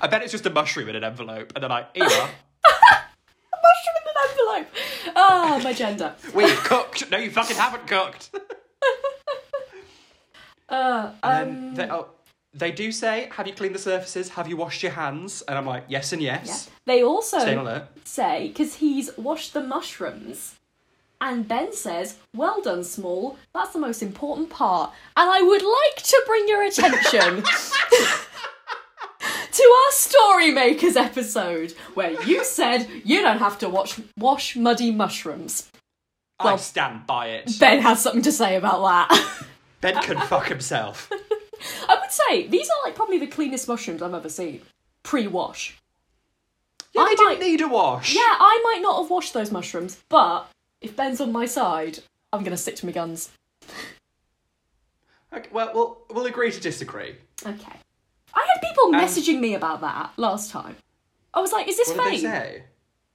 Speaker 2: I bet it's just a mushroom in an envelope. And they're like, Eva,
Speaker 1: Mushroom in an envelope. Ah, my gender.
Speaker 2: we've cooked. No, you fucking haven't cooked.
Speaker 1: Uh, um,
Speaker 2: And they, oh, they do say, have you cleaned the surfaces? Have you washed your hands? And I'm like, yes and
Speaker 1: yeah.
Speaker 2: yes.
Speaker 1: They
Speaker 2: Stay on
Speaker 1: also
Speaker 2: alert.
Speaker 1: say, because he's washed the mushrooms, and Ben says, Well done, Small, that's the most important part. And I would like to bring your attention to our Story Makers episode, where you said you don't have to watch, wash muddy mushrooms.
Speaker 2: I
Speaker 1: Well-
Speaker 2: stand by it.
Speaker 1: Ben has something to say about that.
Speaker 2: Ben can fuck himself.
Speaker 1: I would say these are like probably the cleanest mushrooms I've ever seen. Pre-wash.
Speaker 2: Yeah,
Speaker 1: I
Speaker 2: they
Speaker 1: might-
Speaker 2: didn't need a wash.
Speaker 1: Yeah, I might not have washed those mushrooms, but if Ben's on my side, I'm gonna stick to my guns.
Speaker 2: Okay, well, well, we'll agree to disagree.
Speaker 1: Okay. I had
Speaker 2: Um,
Speaker 1: people messaging me about that last time. I was like, is this
Speaker 2: What did they
Speaker 1: fake?
Speaker 2: say?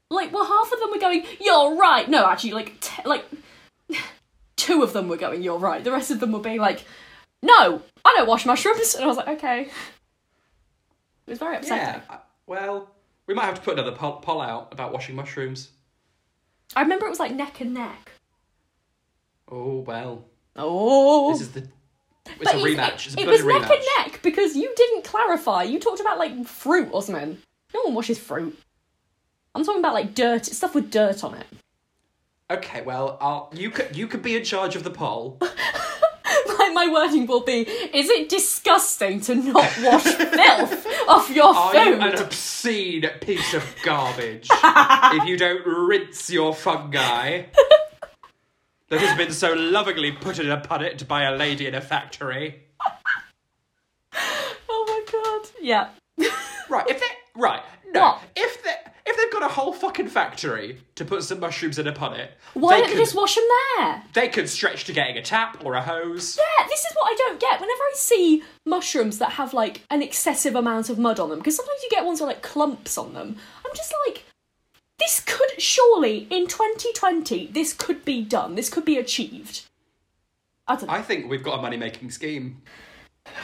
Speaker 1: Like, well, half of them were going, you're right. No, actually, like, t- like, two of them were going, you're right. The rest of them were being like, no, I don't wash mushrooms. And I was like, okay. It was very upsetting.
Speaker 2: Yeah. uh, Well, we might have to put another poll, poll out about washing mushrooms.
Speaker 1: I remember it was like neck and neck.
Speaker 2: Oh well.
Speaker 1: Oh.
Speaker 2: This is the It's a
Speaker 1: But you-
Speaker 2: rematch. It's a
Speaker 1: it
Speaker 2: bloody
Speaker 1: was
Speaker 2: rematch.
Speaker 1: neck and neck because you didn't clarify. You talked about like fruit or something. No one washes fruit. I'm talking about like dirt stuff with dirt on it.
Speaker 2: Okay, well, I'll, you could you could be in charge of the poll.
Speaker 1: my, my wording will be: Is it disgusting to not wash filth off your
Speaker 2: Are you an
Speaker 1: food?
Speaker 2: obscene piece of garbage if you don't rinse your fungi that has been so lovingly put in a punnet by a lady in a factory?
Speaker 1: Oh my god! Yeah.
Speaker 2: Right, if they right, no,
Speaker 1: What?
Speaker 2: if they if they've got a whole fucking factory to put some mushrooms in a punnet,
Speaker 1: Why
Speaker 2: they
Speaker 1: don't
Speaker 2: could,
Speaker 1: they just wash them there?
Speaker 2: they could stretch to getting a tap or a hose.
Speaker 1: Yeah, this is what I don't get. Whenever I see mushrooms that have like an excessive amount of mud on them, because sometimes you get ones with like clumps on them, I'm just like, this could surely in 2020 this could be done. This could be achieved. I don't know.
Speaker 2: I think we've got a money making scheme.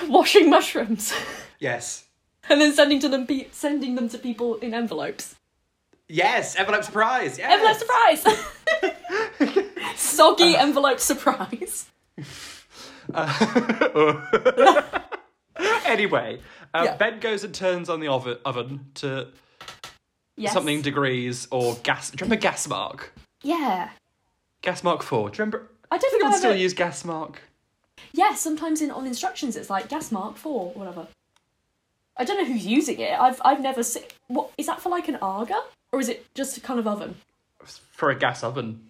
Speaker 1: Washing mushrooms
Speaker 2: Yes.
Speaker 1: and then sending to them pe- sending them to people in envelopes.
Speaker 2: Yes, envelope surprise. Yes.
Speaker 1: Envelope surprise. Soggy envelope surprise.
Speaker 2: Anyway, uh,
Speaker 1: Yeah.
Speaker 2: Ben goes and turns on the oven, oven to
Speaker 1: Yes.
Speaker 2: something degrees or gas. Do you remember gas mark?
Speaker 1: Yeah.
Speaker 2: Gas mark four. Do you remember?
Speaker 1: I don't think
Speaker 2: People
Speaker 1: I've
Speaker 2: still
Speaker 1: ever-
Speaker 2: use gas mark.
Speaker 1: Yeah, sometimes in on instructions it's like gas mark four or whatever. I don't know who's using it. I've I've never seen. What is that for? Like an arga, or is it just a kind of oven?
Speaker 2: for a gas oven.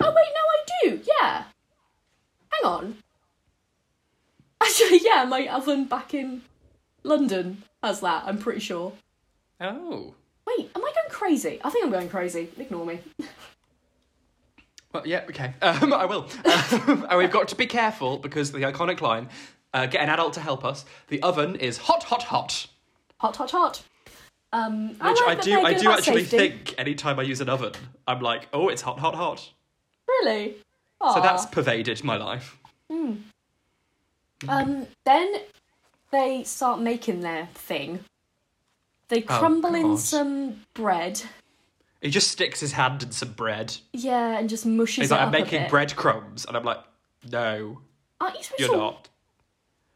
Speaker 1: Oh wait, no, I do. Yeah. Hang on. Actually, yeah, my oven back in London has that. I'm pretty sure.
Speaker 2: Oh.
Speaker 1: Wait, am I going crazy? I think I'm going crazy. Ignore me.
Speaker 2: Well, yeah, okay. Um, I will. Um, and we've got to be careful because the iconic line uh, get an adult to help us. The oven is hot, hot, hot.
Speaker 1: Hot, hot, hot. Um, Which
Speaker 2: Which
Speaker 1: I,
Speaker 2: I,
Speaker 1: like that
Speaker 2: do,
Speaker 1: they're
Speaker 2: I
Speaker 1: good
Speaker 2: do
Speaker 1: about
Speaker 2: actually
Speaker 1: safety.
Speaker 2: think anytime I use an oven, I'm like, oh, it's hot, hot, hot.
Speaker 1: Really?
Speaker 2: So
Speaker 1: Aw.
Speaker 2: that's pervaded my life.
Speaker 1: Um, then they start making their thing. They
Speaker 2: Oh,
Speaker 1: crumble in
Speaker 2: God.
Speaker 1: some bread,
Speaker 2: He just sticks his hand in some bread.
Speaker 1: yeah, and just mushes
Speaker 2: He's
Speaker 1: it
Speaker 2: like,
Speaker 1: up
Speaker 2: I'm
Speaker 1: a
Speaker 2: making
Speaker 1: bit.
Speaker 2: breadcrumbs. And I'm like, no,
Speaker 1: Aren't you supposed
Speaker 2: you're
Speaker 1: to?
Speaker 2: not.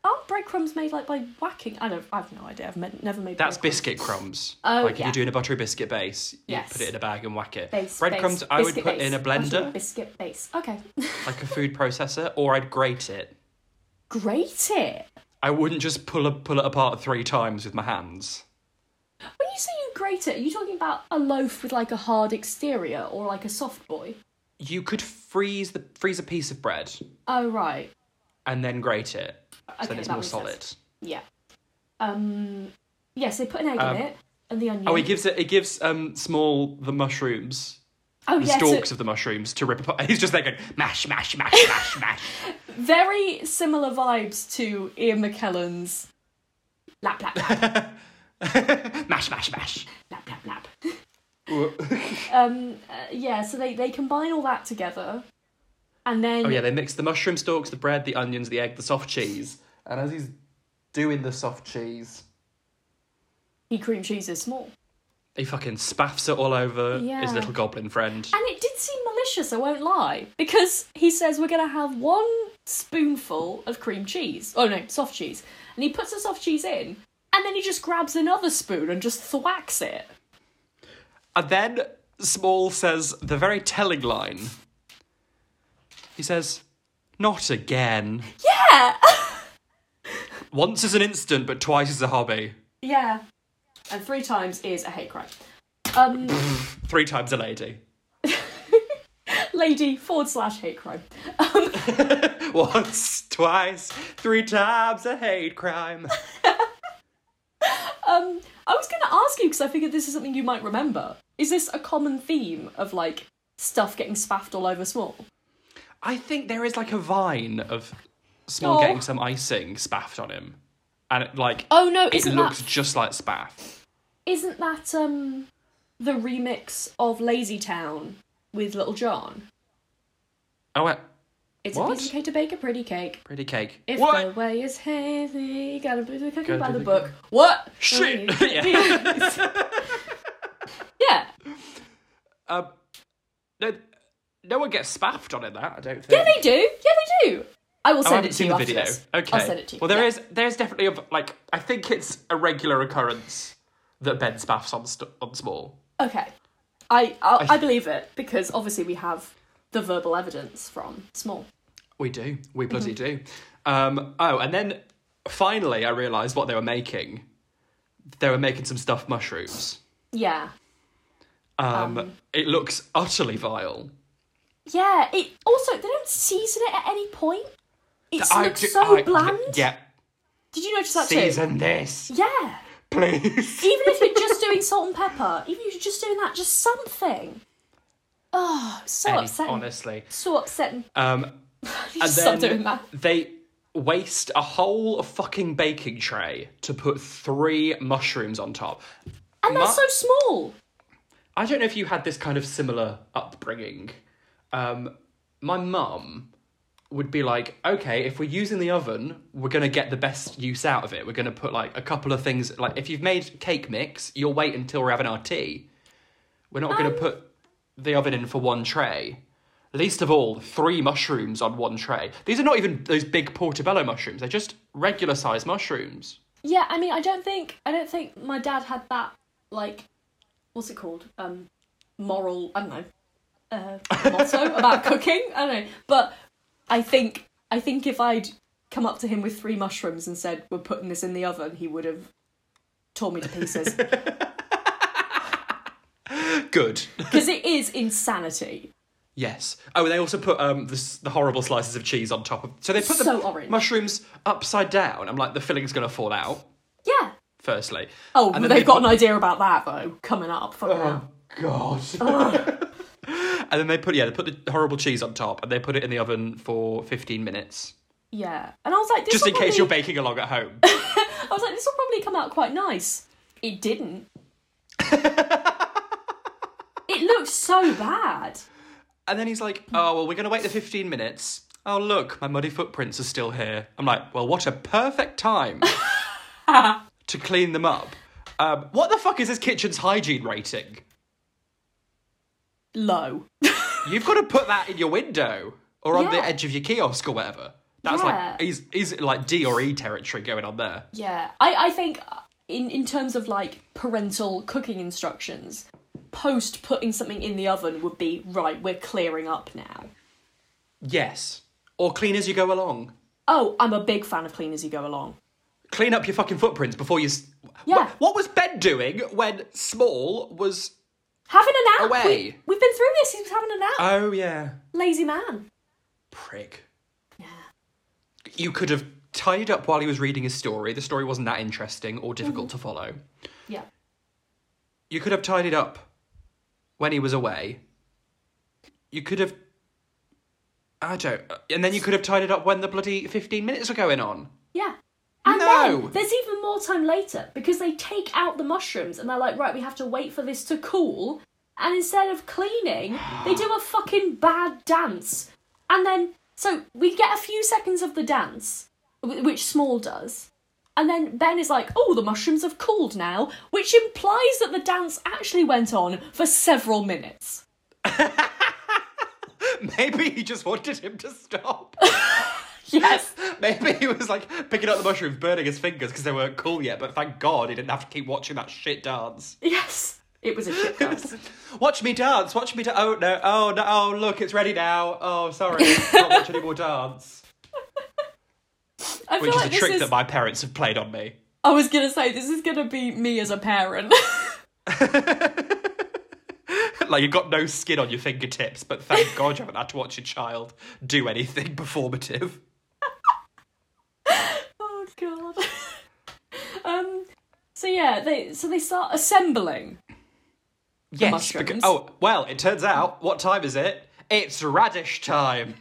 Speaker 1: Aren't breadcrumbs made like by whacking? I don't. I've no idea. I've me- never made.
Speaker 2: That's
Speaker 1: breadcrumbs.
Speaker 2: biscuit crumbs.
Speaker 1: Oh,
Speaker 2: like if
Speaker 1: yeah.
Speaker 2: you're doing a buttery biscuit base, you
Speaker 1: Yes.
Speaker 2: put it in a bag and whack it.
Speaker 1: Base,
Speaker 2: breadcrumbs
Speaker 1: base,
Speaker 2: I would
Speaker 1: biscuit
Speaker 2: put
Speaker 1: base.
Speaker 2: in a
Speaker 1: Actually,
Speaker 2: blender,
Speaker 1: Biscuit base. Okay.
Speaker 2: like a food processor, or I'd grate it.
Speaker 1: Grate it.
Speaker 2: I wouldn't just pull a, pull it apart three times with my hands.
Speaker 1: When you say you grate it, are you talking about a loaf with like a hard exterior or like a soft boy?
Speaker 2: You could freeze the freeze a piece of bread
Speaker 1: Oh right.
Speaker 2: and then grate it, so
Speaker 1: Okay,
Speaker 2: then it's
Speaker 1: that
Speaker 2: more
Speaker 1: makes
Speaker 2: solid.
Speaker 1: Yeah. Um. Yes, they put an egg
Speaker 2: Um,
Speaker 1: in it and the onion.
Speaker 2: Oh, it gives it. It gives um small the mushrooms,
Speaker 1: Oh,
Speaker 2: the
Speaker 1: yeah, so-
Speaker 2: stalks of the mushrooms to rip apart. He's just like going mash, mash, mash, mash, mash.
Speaker 1: Very similar vibes to Ian McKellen's lap lap lap
Speaker 2: mash, mash, mash. Oh,
Speaker 1: lap lap lap.
Speaker 2: Ooh.
Speaker 1: Um, uh, yeah, so they they combine all that together, and then
Speaker 2: Oh yeah, they mix the mushroom stalks, the bread, the onions, the egg, the soft cheese. And as he's doing the soft cheese,
Speaker 1: he cream cheeses small.
Speaker 2: he fucking spaffs it all over
Speaker 1: Yeah.
Speaker 2: his little goblin friend.
Speaker 1: And it did seem malicious, I won't lie, because he says we're gonna have one spoonful of cream cheese. Oh no, soft cheese, and he puts the soft cheese in, and then he just grabs another spoon and just thwacks it.
Speaker 2: And then Small says the very telling line. He says, "Not again."
Speaker 1: Yeah,
Speaker 2: Once is an instant, but twice is a hobby.
Speaker 1: yeah, and three times is a hate crime. Um.
Speaker 2: Three times a lady.
Speaker 1: lady forward slash hate crime. Um,
Speaker 2: Once, twice, three times a hate crime.
Speaker 1: um, I was going to ask you because I figured this is something you might remember. Is this a common theme of like stuff getting spaffed all over small?
Speaker 2: I think there is like a vine of Small
Speaker 1: Oh.
Speaker 2: getting some icing spaffed on him, and it, like
Speaker 1: Oh no,
Speaker 2: it
Speaker 1: isn't
Speaker 2: looks
Speaker 1: that
Speaker 2: just like spaff.
Speaker 1: isn't that um the remix of Lazy Town with Little John?
Speaker 2: I went
Speaker 1: It's a
Speaker 2: What?
Speaker 1: piece of cake to bake a pretty cake.
Speaker 2: Oh, pretty cake.
Speaker 1: If
Speaker 2: what?
Speaker 1: the way is hazy, gotta do the cooking by
Speaker 2: Gotta do
Speaker 1: the,
Speaker 2: the
Speaker 1: book. What?
Speaker 2: Shit.
Speaker 1: yeah.
Speaker 2: Um, no, no one gets spaffed on in that. I don't think.
Speaker 1: Yeah, they do. Yeah, they do. I will
Speaker 2: Oh, I
Speaker 1: send
Speaker 2: haven't
Speaker 1: it to
Speaker 2: seen
Speaker 1: you
Speaker 2: the
Speaker 1: after
Speaker 2: video.
Speaker 1: this.
Speaker 2: Okay.
Speaker 1: I'll send it to you.
Speaker 2: Well, there
Speaker 1: Yeah.
Speaker 2: is there's definitely a like I think it's a regular occurrence that Ben spaffs on st- on small.
Speaker 1: Okay. I I, I believe it because obviously we have the verbal evidence from Small.
Speaker 2: We do. We bloody
Speaker 1: Mm-hmm.
Speaker 2: do. Um, oh, and then finally I realised what they were making. They were making some stuffed mushrooms.
Speaker 1: Yeah.
Speaker 2: Um, it looks utterly vile.
Speaker 1: Yeah. It also they don't season it at any point. It
Speaker 2: I
Speaker 1: looks
Speaker 2: do-
Speaker 1: so
Speaker 2: I-
Speaker 1: bland.
Speaker 2: Yeah.
Speaker 1: Did you notice that
Speaker 2: Season this,
Speaker 1: too? Yeah.
Speaker 2: please.
Speaker 1: Even if you're just doing salt and pepper, even if you're just doing that, just something. Oh, so
Speaker 2: Any-
Speaker 1: upsetting.
Speaker 2: honestly.
Speaker 1: So upsetting.
Speaker 2: Um,
Speaker 1: Please
Speaker 2: and
Speaker 1: stop
Speaker 2: then
Speaker 1: doing that.
Speaker 2: they waste a whole fucking baking tray to put three mushrooms on top.
Speaker 1: And that's
Speaker 2: Ma-
Speaker 1: so small.
Speaker 2: I don't know if you had this kind of similar upbringing. Um, my mum would be like, okay, if we're using the oven, we're going to get the best use out of it. We're going to put like a couple of things, like if you've made cake mix, you'll wait until we're having our tea. We're not going to put the oven in for one tray. Least of all, three mushrooms on one tray. These are not even those big portobello mushrooms, they're just regular sized mushrooms.
Speaker 1: Yeah, I mean, I don't think I don't think my dad had that like, what's it called? Um, moral. I don't know. Uh, motto about cooking. I don't know, but I think I think if I'd come up to him with three mushrooms and said we're putting this in the oven, he would have torn me to pieces
Speaker 2: Good.
Speaker 1: because it is insanity.
Speaker 2: Yes. Oh, and they also put um the, s- the horrible slices of cheese on top of. So they put the
Speaker 1: So orange.
Speaker 2: mushrooms upside down. I'm like, the filling's gonna fall out.
Speaker 1: Yeah.
Speaker 2: Firstly.
Speaker 1: Oh,
Speaker 2: And
Speaker 1: but
Speaker 2: then
Speaker 1: they've
Speaker 2: they
Speaker 1: got
Speaker 2: put-
Speaker 1: an idea about that though. Coming up. Fucking hell.
Speaker 2: Oh God. and then they put yeah they put the horrible cheese on top and they put it in the oven for 15 minutes
Speaker 1: Yeah. And I was like, this
Speaker 2: just
Speaker 1: will
Speaker 2: in
Speaker 1: probably-
Speaker 2: case you're baking along at home.
Speaker 1: I was like, this will probably come out quite nice. It didn't. it looks so bad.
Speaker 2: and then he's like, oh well, we're gonna wait the 15 minutes. Oh look, my muddy footprints are still here. I'm like, well, what a perfect time to clean them up. Um, what the fuck is this kitchen's hygiene rating?
Speaker 1: Low.
Speaker 2: You've got to put that in your window or on
Speaker 1: Yeah.
Speaker 2: the edge of your kiosk or whatever. That's like
Speaker 1: Yeah.
Speaker 2: is is it like D or E territory going on there?
Speaker 1: Yeah. I, I think uh, in, in terms of like parental cooking instructions, post putting something in the oven would be right, we're clearing up now.
Speaker 2: Yes. Or clean as you go along.
Speaker 1: Oh, I'm a big fan of clean as you go along.
Speaker 2: Clean up your fucking footprints before you. s- Wh-
Speaker 1: Yeah.
Speaker 2: What, was Ben doing when Small was?
Speaker 1: Having a nap.
Speaker 2: Away.
Speaker 1: We, we've been through this. He was having a nap.
Speaker 2: Oh yeah.
Speaker 1: Lazy man.
Speaker 2: Prick. Yeah. You could have tied up while he was reading his story. The story wasn't that interesting or difficult
Speaker 1: Mm-hmm.
Speaker 2: to follow.
Speaker 1: Yeah.
Speaker 2: You could have tied it up when he was away. You could have. I don't. And then you could have tied it up when the bloody 15 minutes were going on.
Speaker 1: Yeah. And
Speaker 2: No!
Speaker 1: then there's even more time later because they take out the mushrooms and they're like, right, we have to wait for this to cool. And instead of cleaning, they do a fucking bad dance. And then, so we get a few seconds of the dance, wh- which Small does. And then Ben is like, oh, the mushrooms have cooled now, which implies that the dance actually went on for several minutes.
Speaker 2: Maybe he just wanted him to stop.
Speaker 1: Yes.
Speaker 2: Maybe he was like picking up the mushrooms, burning his fingers because they weren't cool yet, but thank God he didn't have to keep watching that shit dance.
Speaker 1: yes. It was a shit dance.
Speaker 2: Watch me dance, watch me dance. Oh no, oh no, oh look, it's ready now. Oh, sorry, can't watch any more dance.
Speaker 1: I feel
Speaker 2: Which is
Speaker 1: like
Speaker 2: a
Speaker 1: this
Speaker 2: trick
Speaker 1: is.
Speaker 2: that my parents have played on me.
Speaker 1: I was gonna say this is gonna be me as a parent.
Speaker 2: Like you've got no skin on your fingertips, but thank God you haven't had to watch your child do anything performative.
Speaker 1: Oh god. um. So yeah, they so they start assembling.
Speaker 2: Yes.
Speaker 1: mushrooms.
Speaker 2: beca- oh well, it turns out. What time is it? It's radish time.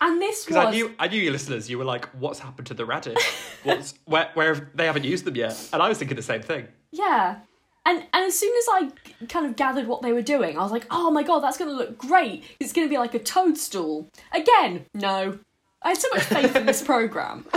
Speaker 1: And this was
Speaker 2: Because I knew, I knew you listeners. You were like, "What's happened to the radish? What's where? Where have- they haven't used them yet?" And I was thinking the same thing.
Speaker 1: yeah. And and as soon as I g- kind of gathered what they were doing, I was like, oh my god, that's gonna look great. It's gonna be like a toadstool. Again, no. I had so much faith in this program.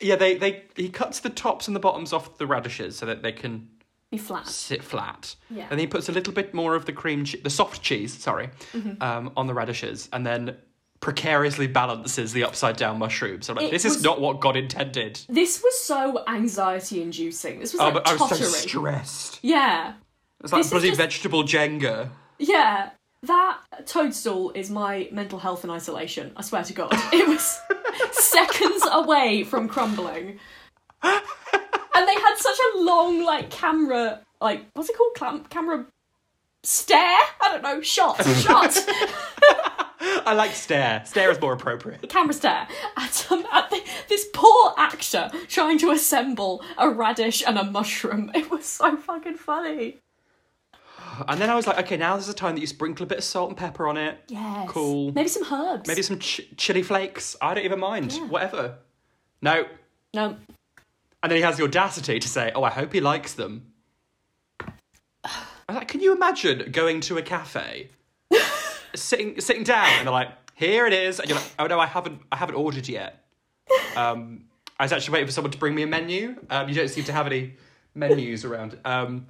Speaker 2: Yeah, they they he cuts the tops and the bottoms off the radishes so that they can
Speaker 1: Be flat.
Speaker 2: sit flat.
Speaker 1: Yeah.
Speaker 2: And then he puts a little bit more of the cream, che- the soft cheese, sorry,
Speaker 1: Mm-hmm.
Speaker 2: um, on the radishes, and then precariously balances the upside down mushrooms. I'm like,
Speaker 1: It
Speaker 2: this
Speaker 1: was-
Speaker 2: is not what God intended.
Speaker 1: This was so anxiety inducing. This was
Speaker 2: Oh,
Speaker 1: like
Speaker 2: but I was so
Speaker 1: tottering.
Speaker 2: stressed.
Speaker 1: yeah.
Speaker 2: It's like
Speaker 1: This is
Speaker 2: bloody
Speaker 1: just-
Speaker 2: vegetable Jenga.
Speaker 1: Yeah. That toadstool is my mental health in isolation. I swear to God. It was seconds away from crumbling. And they had such a long, like, camera, like, what's it called? Clam- camera stare? I don't know. Shot. Shot.
Speaker 2: I like stare. Stare is more appropriate.
Speaker 1: camera stare at, um, at the, this poor actor trying to assemble a radish and a mushroom. It was so fucking funny.
Speaker 2: And then I was like, okay, now this is the time that you sprinkle a bit of salt and pepper on it.
Speaker 1: Yes.
Speaker 2: Cool.
Speaker 1: Maybe some herbs.
Speaker 2: Maybe some ch- chili flakes. I don't even mind.
Speaker 1: Yeah.
Speaker 2: Whatever. No.
Speaker 1: no.
Speaker 2: And then he has the audacity to say, oh, I hope he likes them. I was like, can you imagine going to a cafe, sitting sitting down, and they're like, here it is, and you're like, oh no, I haven't, I haven't ordered yet. Um, I was actually waiting for someone to bring me a menu. Um, you don't seem to have any menus around. Um,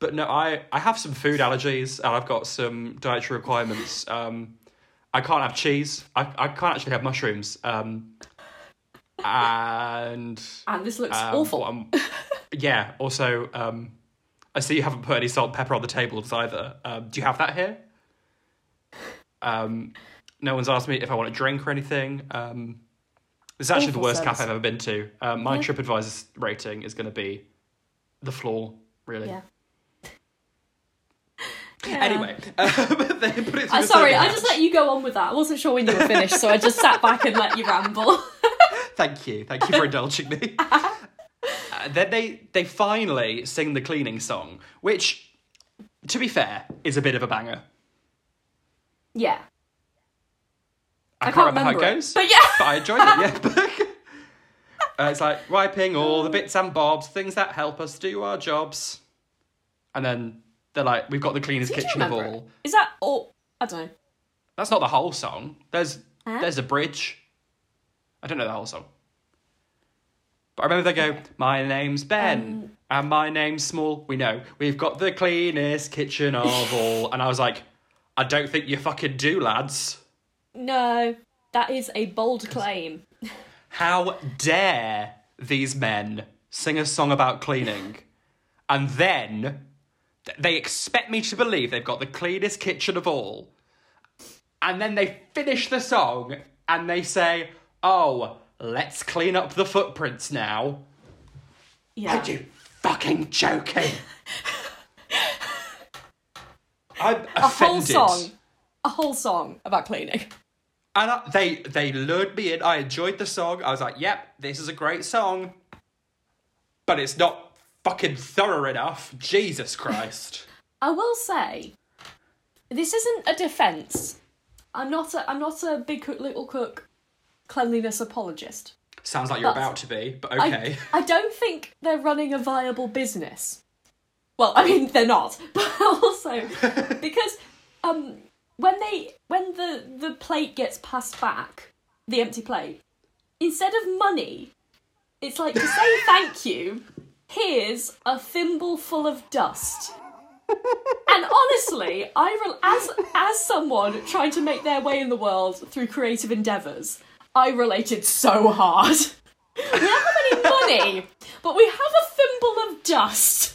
Speaker 2: but no, I, I have some food allergies, and I've got some dietary requirements. Um, I can't have cheese. I, I can't actually have mushrooms. Um, and
Speaker 1: And this looks
Speaker 2: um,
Speaker 1: awful.
Speaker 2: um, yeah. Also, um, I see you haven't put any salt and pepper on the tables either. Um, do you have that here? Um, no one's asked me if I want a drink or anything. Um, this is actually
Speaker 1: Awful
Speaker 2: the worst
Speaker 1: service.
Speaker 2: cafe I've ever been to. Um, my
Speaker 1: Yeah.
Speaker 2: TripAdvisor rating is going to be the floor, really.
Speaker 1: yeah.
Speaker 2: Anyway, um, they put it through
Speaker 1: I'm
Speaker 2: the
Speaker 1: Uh, sorry,
Speaker 2: serving
Speaker 1: I just
Speaker 2: hatch.
Speaker 1: let you go on with that. I wasn't sure when you were finished, so I just sat back and let you ramble.
Speaker 2: Thank you. Thank you for indulging me. Uh, then they they finally sing the cleaning song, which, to be fair, is a bit of a banger.
Speaker 1: yeah.
Speaker 2: I,
Speaker 1: I
Speaker 2: can't
Speaker 1: can't
Speaker 2: remember, how
Speaker 1: remember
Speaker 2: it
Speaker 1: it,
Speaker 2: goes,
Speaker 1: but yeah.
Speaker 2: but I enjoyed it. Yeah. Uh, it's like wiping all the
Speaker 1: Oh.
Speaker 2: bits and bobs, things that help us do our jobs, and then they're like, "We've got the cleanest
Speaker 1: Did you
Speaker 2: kitchen of
Speaker 1: remember? it?
Speaker 2: all."
Speaker 1: Is that all? I don't know.
Speaker 2: That's not the whole song. There's
Speaker 1: Huh?
Speaker 2: there's a bridge. I don't know the whole song. But I remember they go, My name's
Speaker 1: Um,
Speaker 2: Ben, and my name's Small. We know. We've got the cleanest kitchen of all. And I was like, I don't think you fucking do, lads.
Speaker 1: No, that is a bold claim.
Speaker 2: How dare these men sing a song about cleaning and then th- they expect me to believe they've got the cleanest kitchen of all. And then they finish the song and they say, Oh, let's clean up the footprints now.
Speaker 1: Yeah.
Speaker 2: Are you fucking joking? I'm
Speaker 1: A whole
Speaker 2: offended.
Speaker 1: song. A whole song about cleaning.
Speaker 2: And I, they they lured me in. I enjoyed the song. I was like, "Yep, this is a great song," but it's not fucking thorough enough. Jesus Christ!
Speaker 1: I will say, this isn't a defense. I'm not a I'm not a big cook little cook cleanliness apologist.
Speaker 2: Sounds like you're
Speaker 1: That's-
Speaker 2: about to be, but
Speaker 1: I-
Speaker 2: okay.
Speaker 1: I, don't think they're running a viable business. Well, I mean they're not, but also because um, when they when the the plate gets passed back, the empty plate, instead of money, it's like to say thank you. Here's a thimble full of dust. And honestly, I rel as as someone trying to make their way in the world through creative endeavors, I related so hard. We don't have any money, but we have a thimble of dust.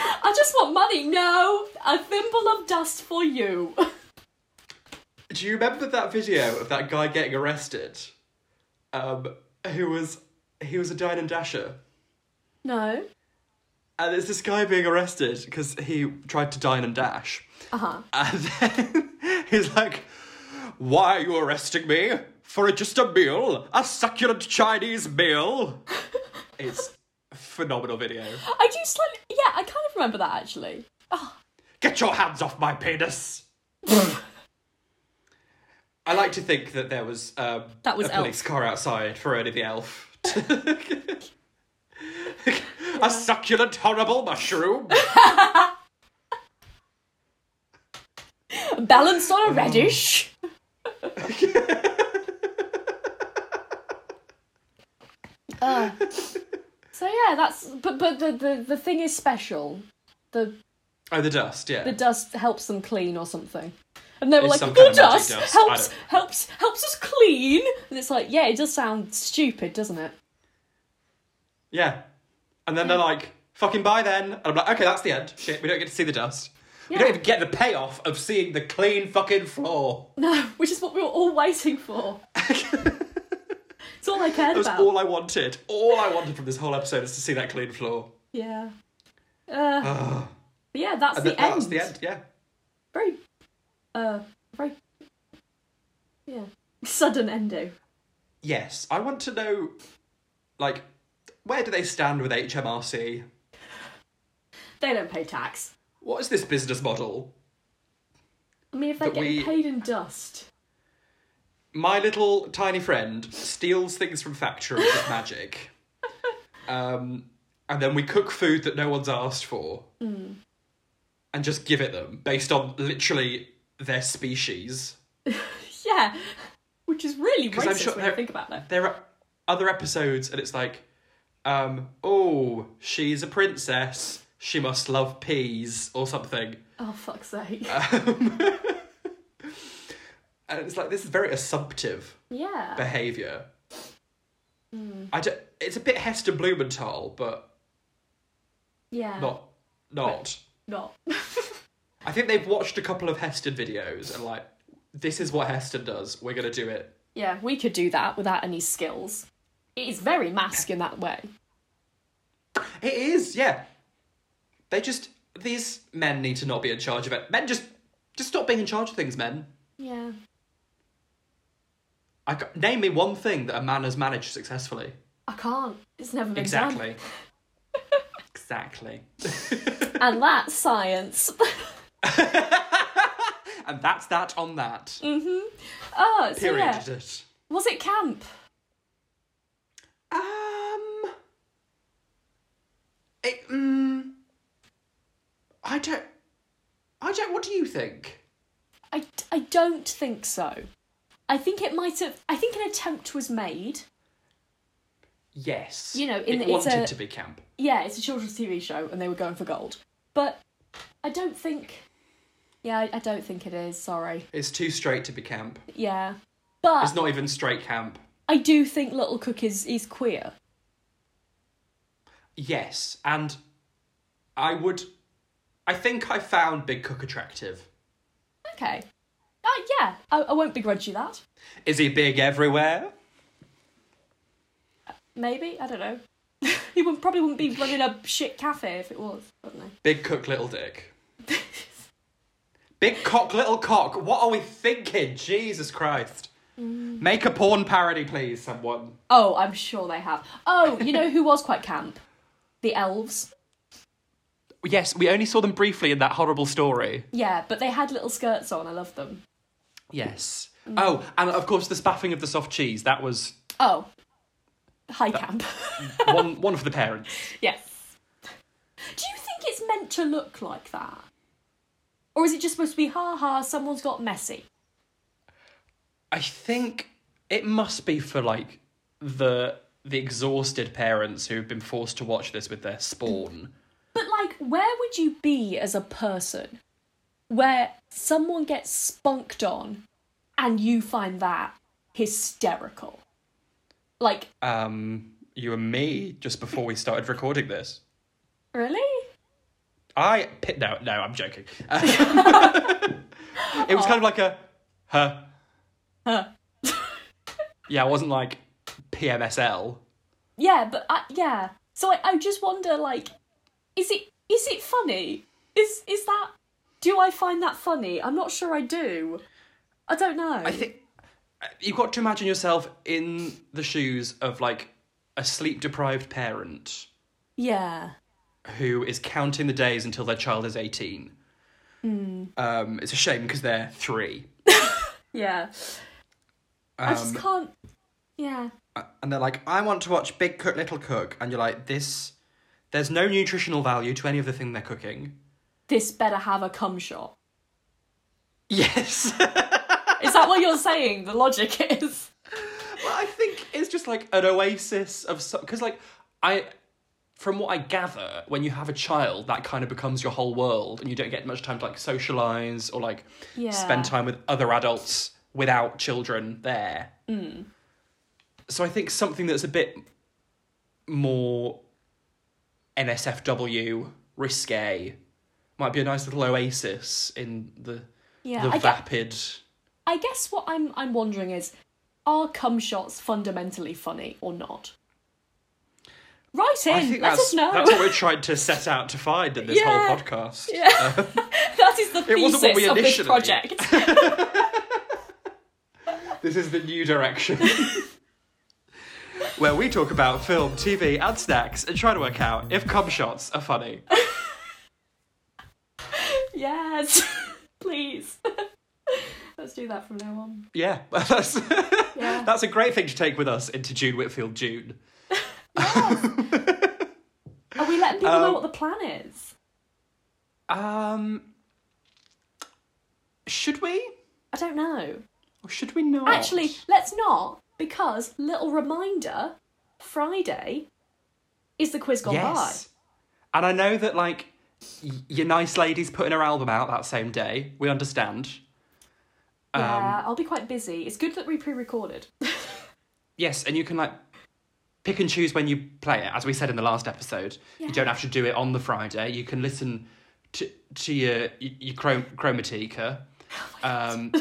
Speaker 1: I just want money. No, a thimble of dust for you.
Speaker 2: Do you remember that video of that guy getting arrested? Um, who was he was a dine and dasher,
Speaker 1: No.
Speaker 2: and it's this guy being arrested because he tried to dine and dash.
Speaker 1: Uh huh.
Speaker 2: And then he's like, Why are you arresting me? For just a meal? A succulent Chinese meal? it's a phenomenal video.
Speaker 1: I do slightly. Yeah, I kind of remember that actually.
Speaker 2: Get your hands off my penis! I like to think that there was, um,
Speaker 1: That was
Speaker 2: a police car outside for Ernie the Elf. A succulent, horrible mushroom!
Speaker 1: Balanced on a radish. Ah. So yeah, that's but but the the, the thing is special. The
Speaker 2: Oh, the dust. Yeah.
Speaker 1: the dust helps them clean or something. And they were
Speaker 2: It's
Speaker 1: like,
Speaker 2: some
Speaker 1: the
Speaker 2: kind of
Speaker 1: dust,
Speaker 2: magic dust, I
Speaker 1: helps
Speaker 2: don't know."
Speaker 1: helps helps us clean. And it's like, yeah, it does sound stupid, doesn't it?
Speaker 2: yeah. And then they're like, "Fucking bye then." And I'm like, "Okay, that's the end. Shit, we don't get to see the dust. We don't
Speaker 1: Yeah.
Speaker 2: even get the payoff of seeing the clean fucking floor."
Speaker 1: No, which is what we were all waiting for. it's all I cared
Speaker 2: That was
Speaker 1: about.
Speaker 2: all I wanted. All I wanted from this whole episode is to see that clean floor.
Speaker 1: Yeah. Uh,
Speaker 2: Ugh.
Speaker 1: but yeah, that's
Speaker 2: and
Speaker 1: the
Speaker 2: then
Speaker 1: end.
Speaker 2: that's the end. Yeah.
Speaker 1: Very, uh, very, yeah, sudden ending.
Speaker 2: Yes, I want to know, like, where do they stand with HMRC?
Speaker 1: They don't pay tax.
Speaker 2: What is this business model?
Speaker 1: I mean, if they're
Speaker 2: But
Speaker 1: getting
Speaker 2: we-
Speaker 1: paid in dust,
Speaker 2: My little tiny friend steals things from factories with magic. Um, and then we cook food that no one's asked for. And just give it them based on literally their species.
Speaker 1: yeah, which is really
Speaker 2: 'Cause
Speaker 1: racist
Speaker 2: I'm sure
Speaker 1: when you
Speaker 2: they're-
Speaker 1: think about it.
Speaker 2: There are other episodes, and it's like, um, oh, she's a princess. She must love peas or something. Um,
Speaker 1: Oh fuck's sake!
Speaker 2: And it's like, this is very assumptive.
Speaker 1: yeah,
Speaker 2: behavior.
Speaker 1: Hmm.
Speaker 2: I don't, it's a bit Hester Blumenthal, but
Speaker 1: yeah,
Speaker 2: not not.
Speaker 1: not.
Speaker 2: I think they've watched a couple of Heston videos and like, this is what Heston does. We're gonna do it.
Speaker 1: yeah, we could do that without any skills. It is very mask in that way.
Speaker 2: It is, yeah. They just these men need to not be in charge of it. Men just just stop being in charge of things, men.
Speaker 1: Yeah.
Speaker 2: I ca- name me one thing that a man has managed successfully.
Speaker 1: I can't. It's never been
Speaker 2: Exactly. exactly.
Speaker 1: done. And that's science.
Speaker 2: And that's that on that.
Speaker 1: oh, so
Speaker 2: Period.
Speaker 1: Mm, yeah. Was it camp?
Speaker 2: Um, it, mm, I don't. I don't. What do you think?
Speaker 1: I, I don't think so. I think it might have. I think an attempt was made.
Speaker 2: Yes.
Speaker 1: You know, in
Speaker 2: it
Speaker 1: the- it's
Speaker 2: wanted
Speaker 1: a-
Speaker 2: to be camp.
Speaker 1: Yeah, it's a children's TV show, and they were going for gold. But I don't think. Yeah, I, I don't think it is. Sorry.
Speaker 2: It's too straight to be camp.
Speaker 1: Yeah, but
Speaker 2: It's not even straight camp.
Speaker 1: I do think Little Cook is is queer.
Speaker 2: Yes, and I would. I think I found Big Cook attractive.
Speaker 1: Okay. Uh, yeah, I, I won't begrudge you that.
Speaker 2: Is he big everywhere?
Speaker 1: Maybe I don't know. he would probably wouldn't be running a shit cafe if it was. I don't know.
Speaker 2: Big Cook, little dick. Big cock, little cock. What are we thinking? Jesus Christ. Make a porn parody, please, someone.
Speaker 1: Oh, I'm sure they have. Oh, you know who was quite camp? The elves.
Speaker 2: Yes, we only saw them briefly in that horrible story.
Speaker 1: Yeah, but they had little skirts on. I love them.
Speaker 2: Yes. Oh, and of course the spaffing of the soft cheese. That was
Speaker 1: Oh, high camp.
Speaker 2: one one for the parents.
Speaker 1: yes. Do you think it's meant to look like that? Or is it just supposed to be, ha ha, someone's got messy?
Speaker 2: I think it must be for like the the exhausted parents who've been forced to watch this with their spawn.
Speaker 1: But, like, where would you be as a person where someone gets spunked on and you find that hysterical? Like,
Speaker 2: Um you and me just before we started recording this.
Speaker 1: really?
Speaker 2: I pi- no no I'm joking. Uh, it was kind of like a huh.
Speaker 1: Huh.
Speaker 2: Yeah, I wasn't like PMSL.
Speaker 1: Yeah, but I, yeah. So I, I just wonder, like, is it is it funny? Is is that? Do I find that funny? I'm not sure I do. I don't know.
Speaker 2: I think you've got to imagine yourself in the shoes of like a sleep deprived parent
Speaker 1: yeah.
Speaker 2: who is counting the days until their child is 18. Um, it's a shame because they're three.
Speaker 1: Yeah. Um, I just can't. Yeah.
Speaker 2: Uh, And they're like, I want to watch Big Cook, Little Cook. And you're like, this, there's no nutritional value to any of the thing they're cooking.
Speaker 1: This better have a cum shot.
Speaker 2: Yes.
Speaker 1: Is that what you're saying? The logic is.
Speaker 2: Well, I think it's just like an oasis of because, like, I from what I gather, when you have a child, that kind of becomes your whole world, and you don't get much time to like socialize or like
Speaker 1: Yeah.
Speaker 2: spend time with other adults without children there.
Speaker 1: Mm.
Speaker 2: So I think something that's a bit more NSFW risque might be a nice little oasis in the
Speaker 1: Yeah,
Speaker 2: the
Speaker 1: I, gue-
Speaker 2: vapid.
Speaker 1: I guess what I'm I'm wondering is, are cum shots fundamentally funny or not? Write
Speaker 2: I
Speaker 1: in,
Speaker 2: think
Speaker 1: let
Speaker 2: that's
Speaker 1: us know.
Speaker 2: that's what we tried to set out to find in this
Speaker 1: Yeah.
Speaker 2: whole podcast.
Speaker 1: Yeah. that is the
Speaker 2: It
Speaker 1: thesis
Speaker 2: wasn't what we
Speaker 1: of this
Speaker 2: initially-
Speaker 1: project.
Speaker 2: This is the new direction. Where we talk about film, TV, and snacks and try to work out if cum shots are funny.
Speaker 1: yes, please. Let's do that from now on.
Speaker 2: Yeah, that's,
Speaker 1: Yeah.
Speaker 2: that's a great thing to take with us into June Whitfield June.
Speaker 1: Are we letting people know
Speaker 2: Um,
Speaker 1: what the plan is?
Speaker 2: Um, should we?
Speaker 1: I don't know.
Speaker 2: Or should we not?
Speaker 1: Actually, let's not, because little reminder, Friday is the quiz gone
Speaker 2: yes. And I know that, like, y- your nice lady's putting her album out that same day. We understand. Um,
Speaker 1: by. Yeah, I'll be quite busy. It's good that we pre-recorded.
Speaker 2: Yes, and you can like pick and choose when you play it. As we said in the last episode,
Speaker 1: Yeah.
Speaker 2: you don't have to do it on the Friday. You can listen to to your your chrom- chromatica. um,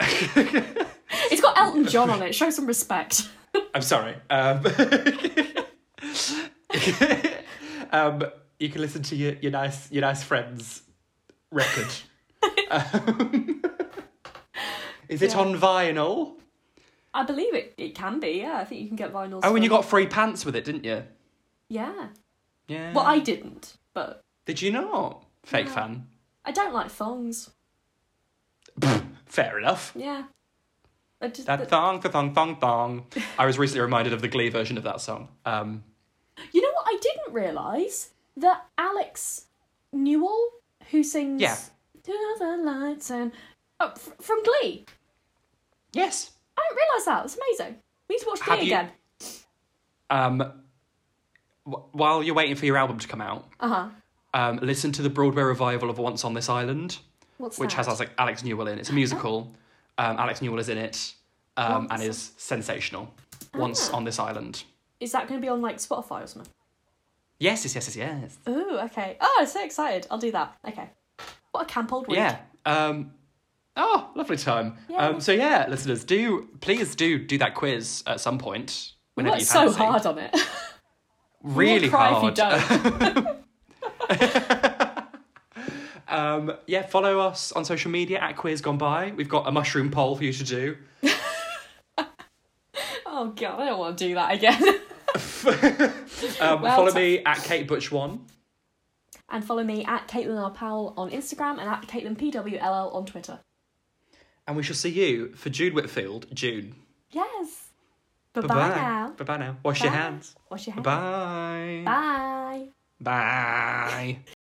Speaker 1: it's got Elton John on it. Show some respect.
Speaker 2: I'm sorry. Um, um, you can listen to your, your nice your nice friends record. um, is it
Speaker 1: Yeah.
Speaker 2: on vinyl?
Speaker 1: I believe it. It can be. Yeah, I think you can get vinyls.
Speaker 2: Oh, and you
Speaker 1: from-
Speaker 2: got free pants with it, didn't you?
Speaker 1: Yeah.
Speaker 2: Yeah.
Speaker 1: Well, I didn't, but
Speaker 2: Did you not? Fake
Speaker 1: No.
Speaker 2: fan.
Speaker 1: I don't like thongs.
Speaker 2: Fair enough.
Speaker 1: Yeah. I just,
Speaker 2: That thong, the thong, thong, thong. I was recently reminded of the Glee version of that song. Um,
Speaker 1: You know what I didn't realise? That Alex Newell, who sings
Speaker 2: Yeah.
Speaker 1: To the Lights and oh, f- from Glee.
Speaker 2: yes.
Speaker 1: I didn't realise that. It's amazing. We need to watch Glee
Speaker 2: Have you-
Speaker 1: again.
Speaker 2: Um, w- while you're waiting for your album to come out,
Speaker 1: Uh huh.
Speaker 2: um, listen to the Broadway revival of Once on This Island,
Speaker 1: What's
Speaker 2: which
Speaker 1: that?
Speaker 2: has Ale- Alex Newell in. It's a musical. Um, Alex Newell is in it um, and
Speaker 1: Once-
Speaker 2: is sensational. Once
Speaker 1: Ah.
Speaker 2: on This Island.
Speaker 1: Is that going to be on like Spotify or something?
Speaker 2: Yes, yes, yes, yes, yes.
Speaker 1: Ooh, okay. Oh, I'm so excited. I'll do that. Okay. What a camp old week.
Speaker 2: Yeah. Um, oh, lovely time.
Speaker 1: Yeah.
Speaker 2: Um, so yeah, listeners, do please do do that quiz at some point.
Speaker 1: We
Speaker 2: Whenever
Speaker 1: worked
Speaker 2: you
Speaker 1: so
Speaker 2: fancy.
Speaker 1: hard on it.
Speaker 2: really
Speaker 1: we'll cry
Speaker 2: hard.
Speaker 1: if you don't.
Speaker 2: Um, yeah, follow us on social media at Queers Gone By. We've got a mushroom poll for you to do.
Speaker 1: oh god, I don't want to do that again.
Speaker 2: Um,
Speaker 1: Well
Speaker 2: follow
Speaker 1: done.
Speaker 2: me at Kate Butch One.
Speaker 1: and follow me at Caitlin R Powell on Instagram and at Caitlin PWLL on Twitter.
Speaker 2: And we shall see you for June Whitfield, June.
Speaker 1: Yes. Bye bye now.
Speaker 2: Bye bye now. Wash your
Speaker 1: Bye.
Speaker 2: hands.
Speaker 1: Wash your hands.
Speaker 2: Bye.
Speaker 1: Bye.
Speaker 2: Bye.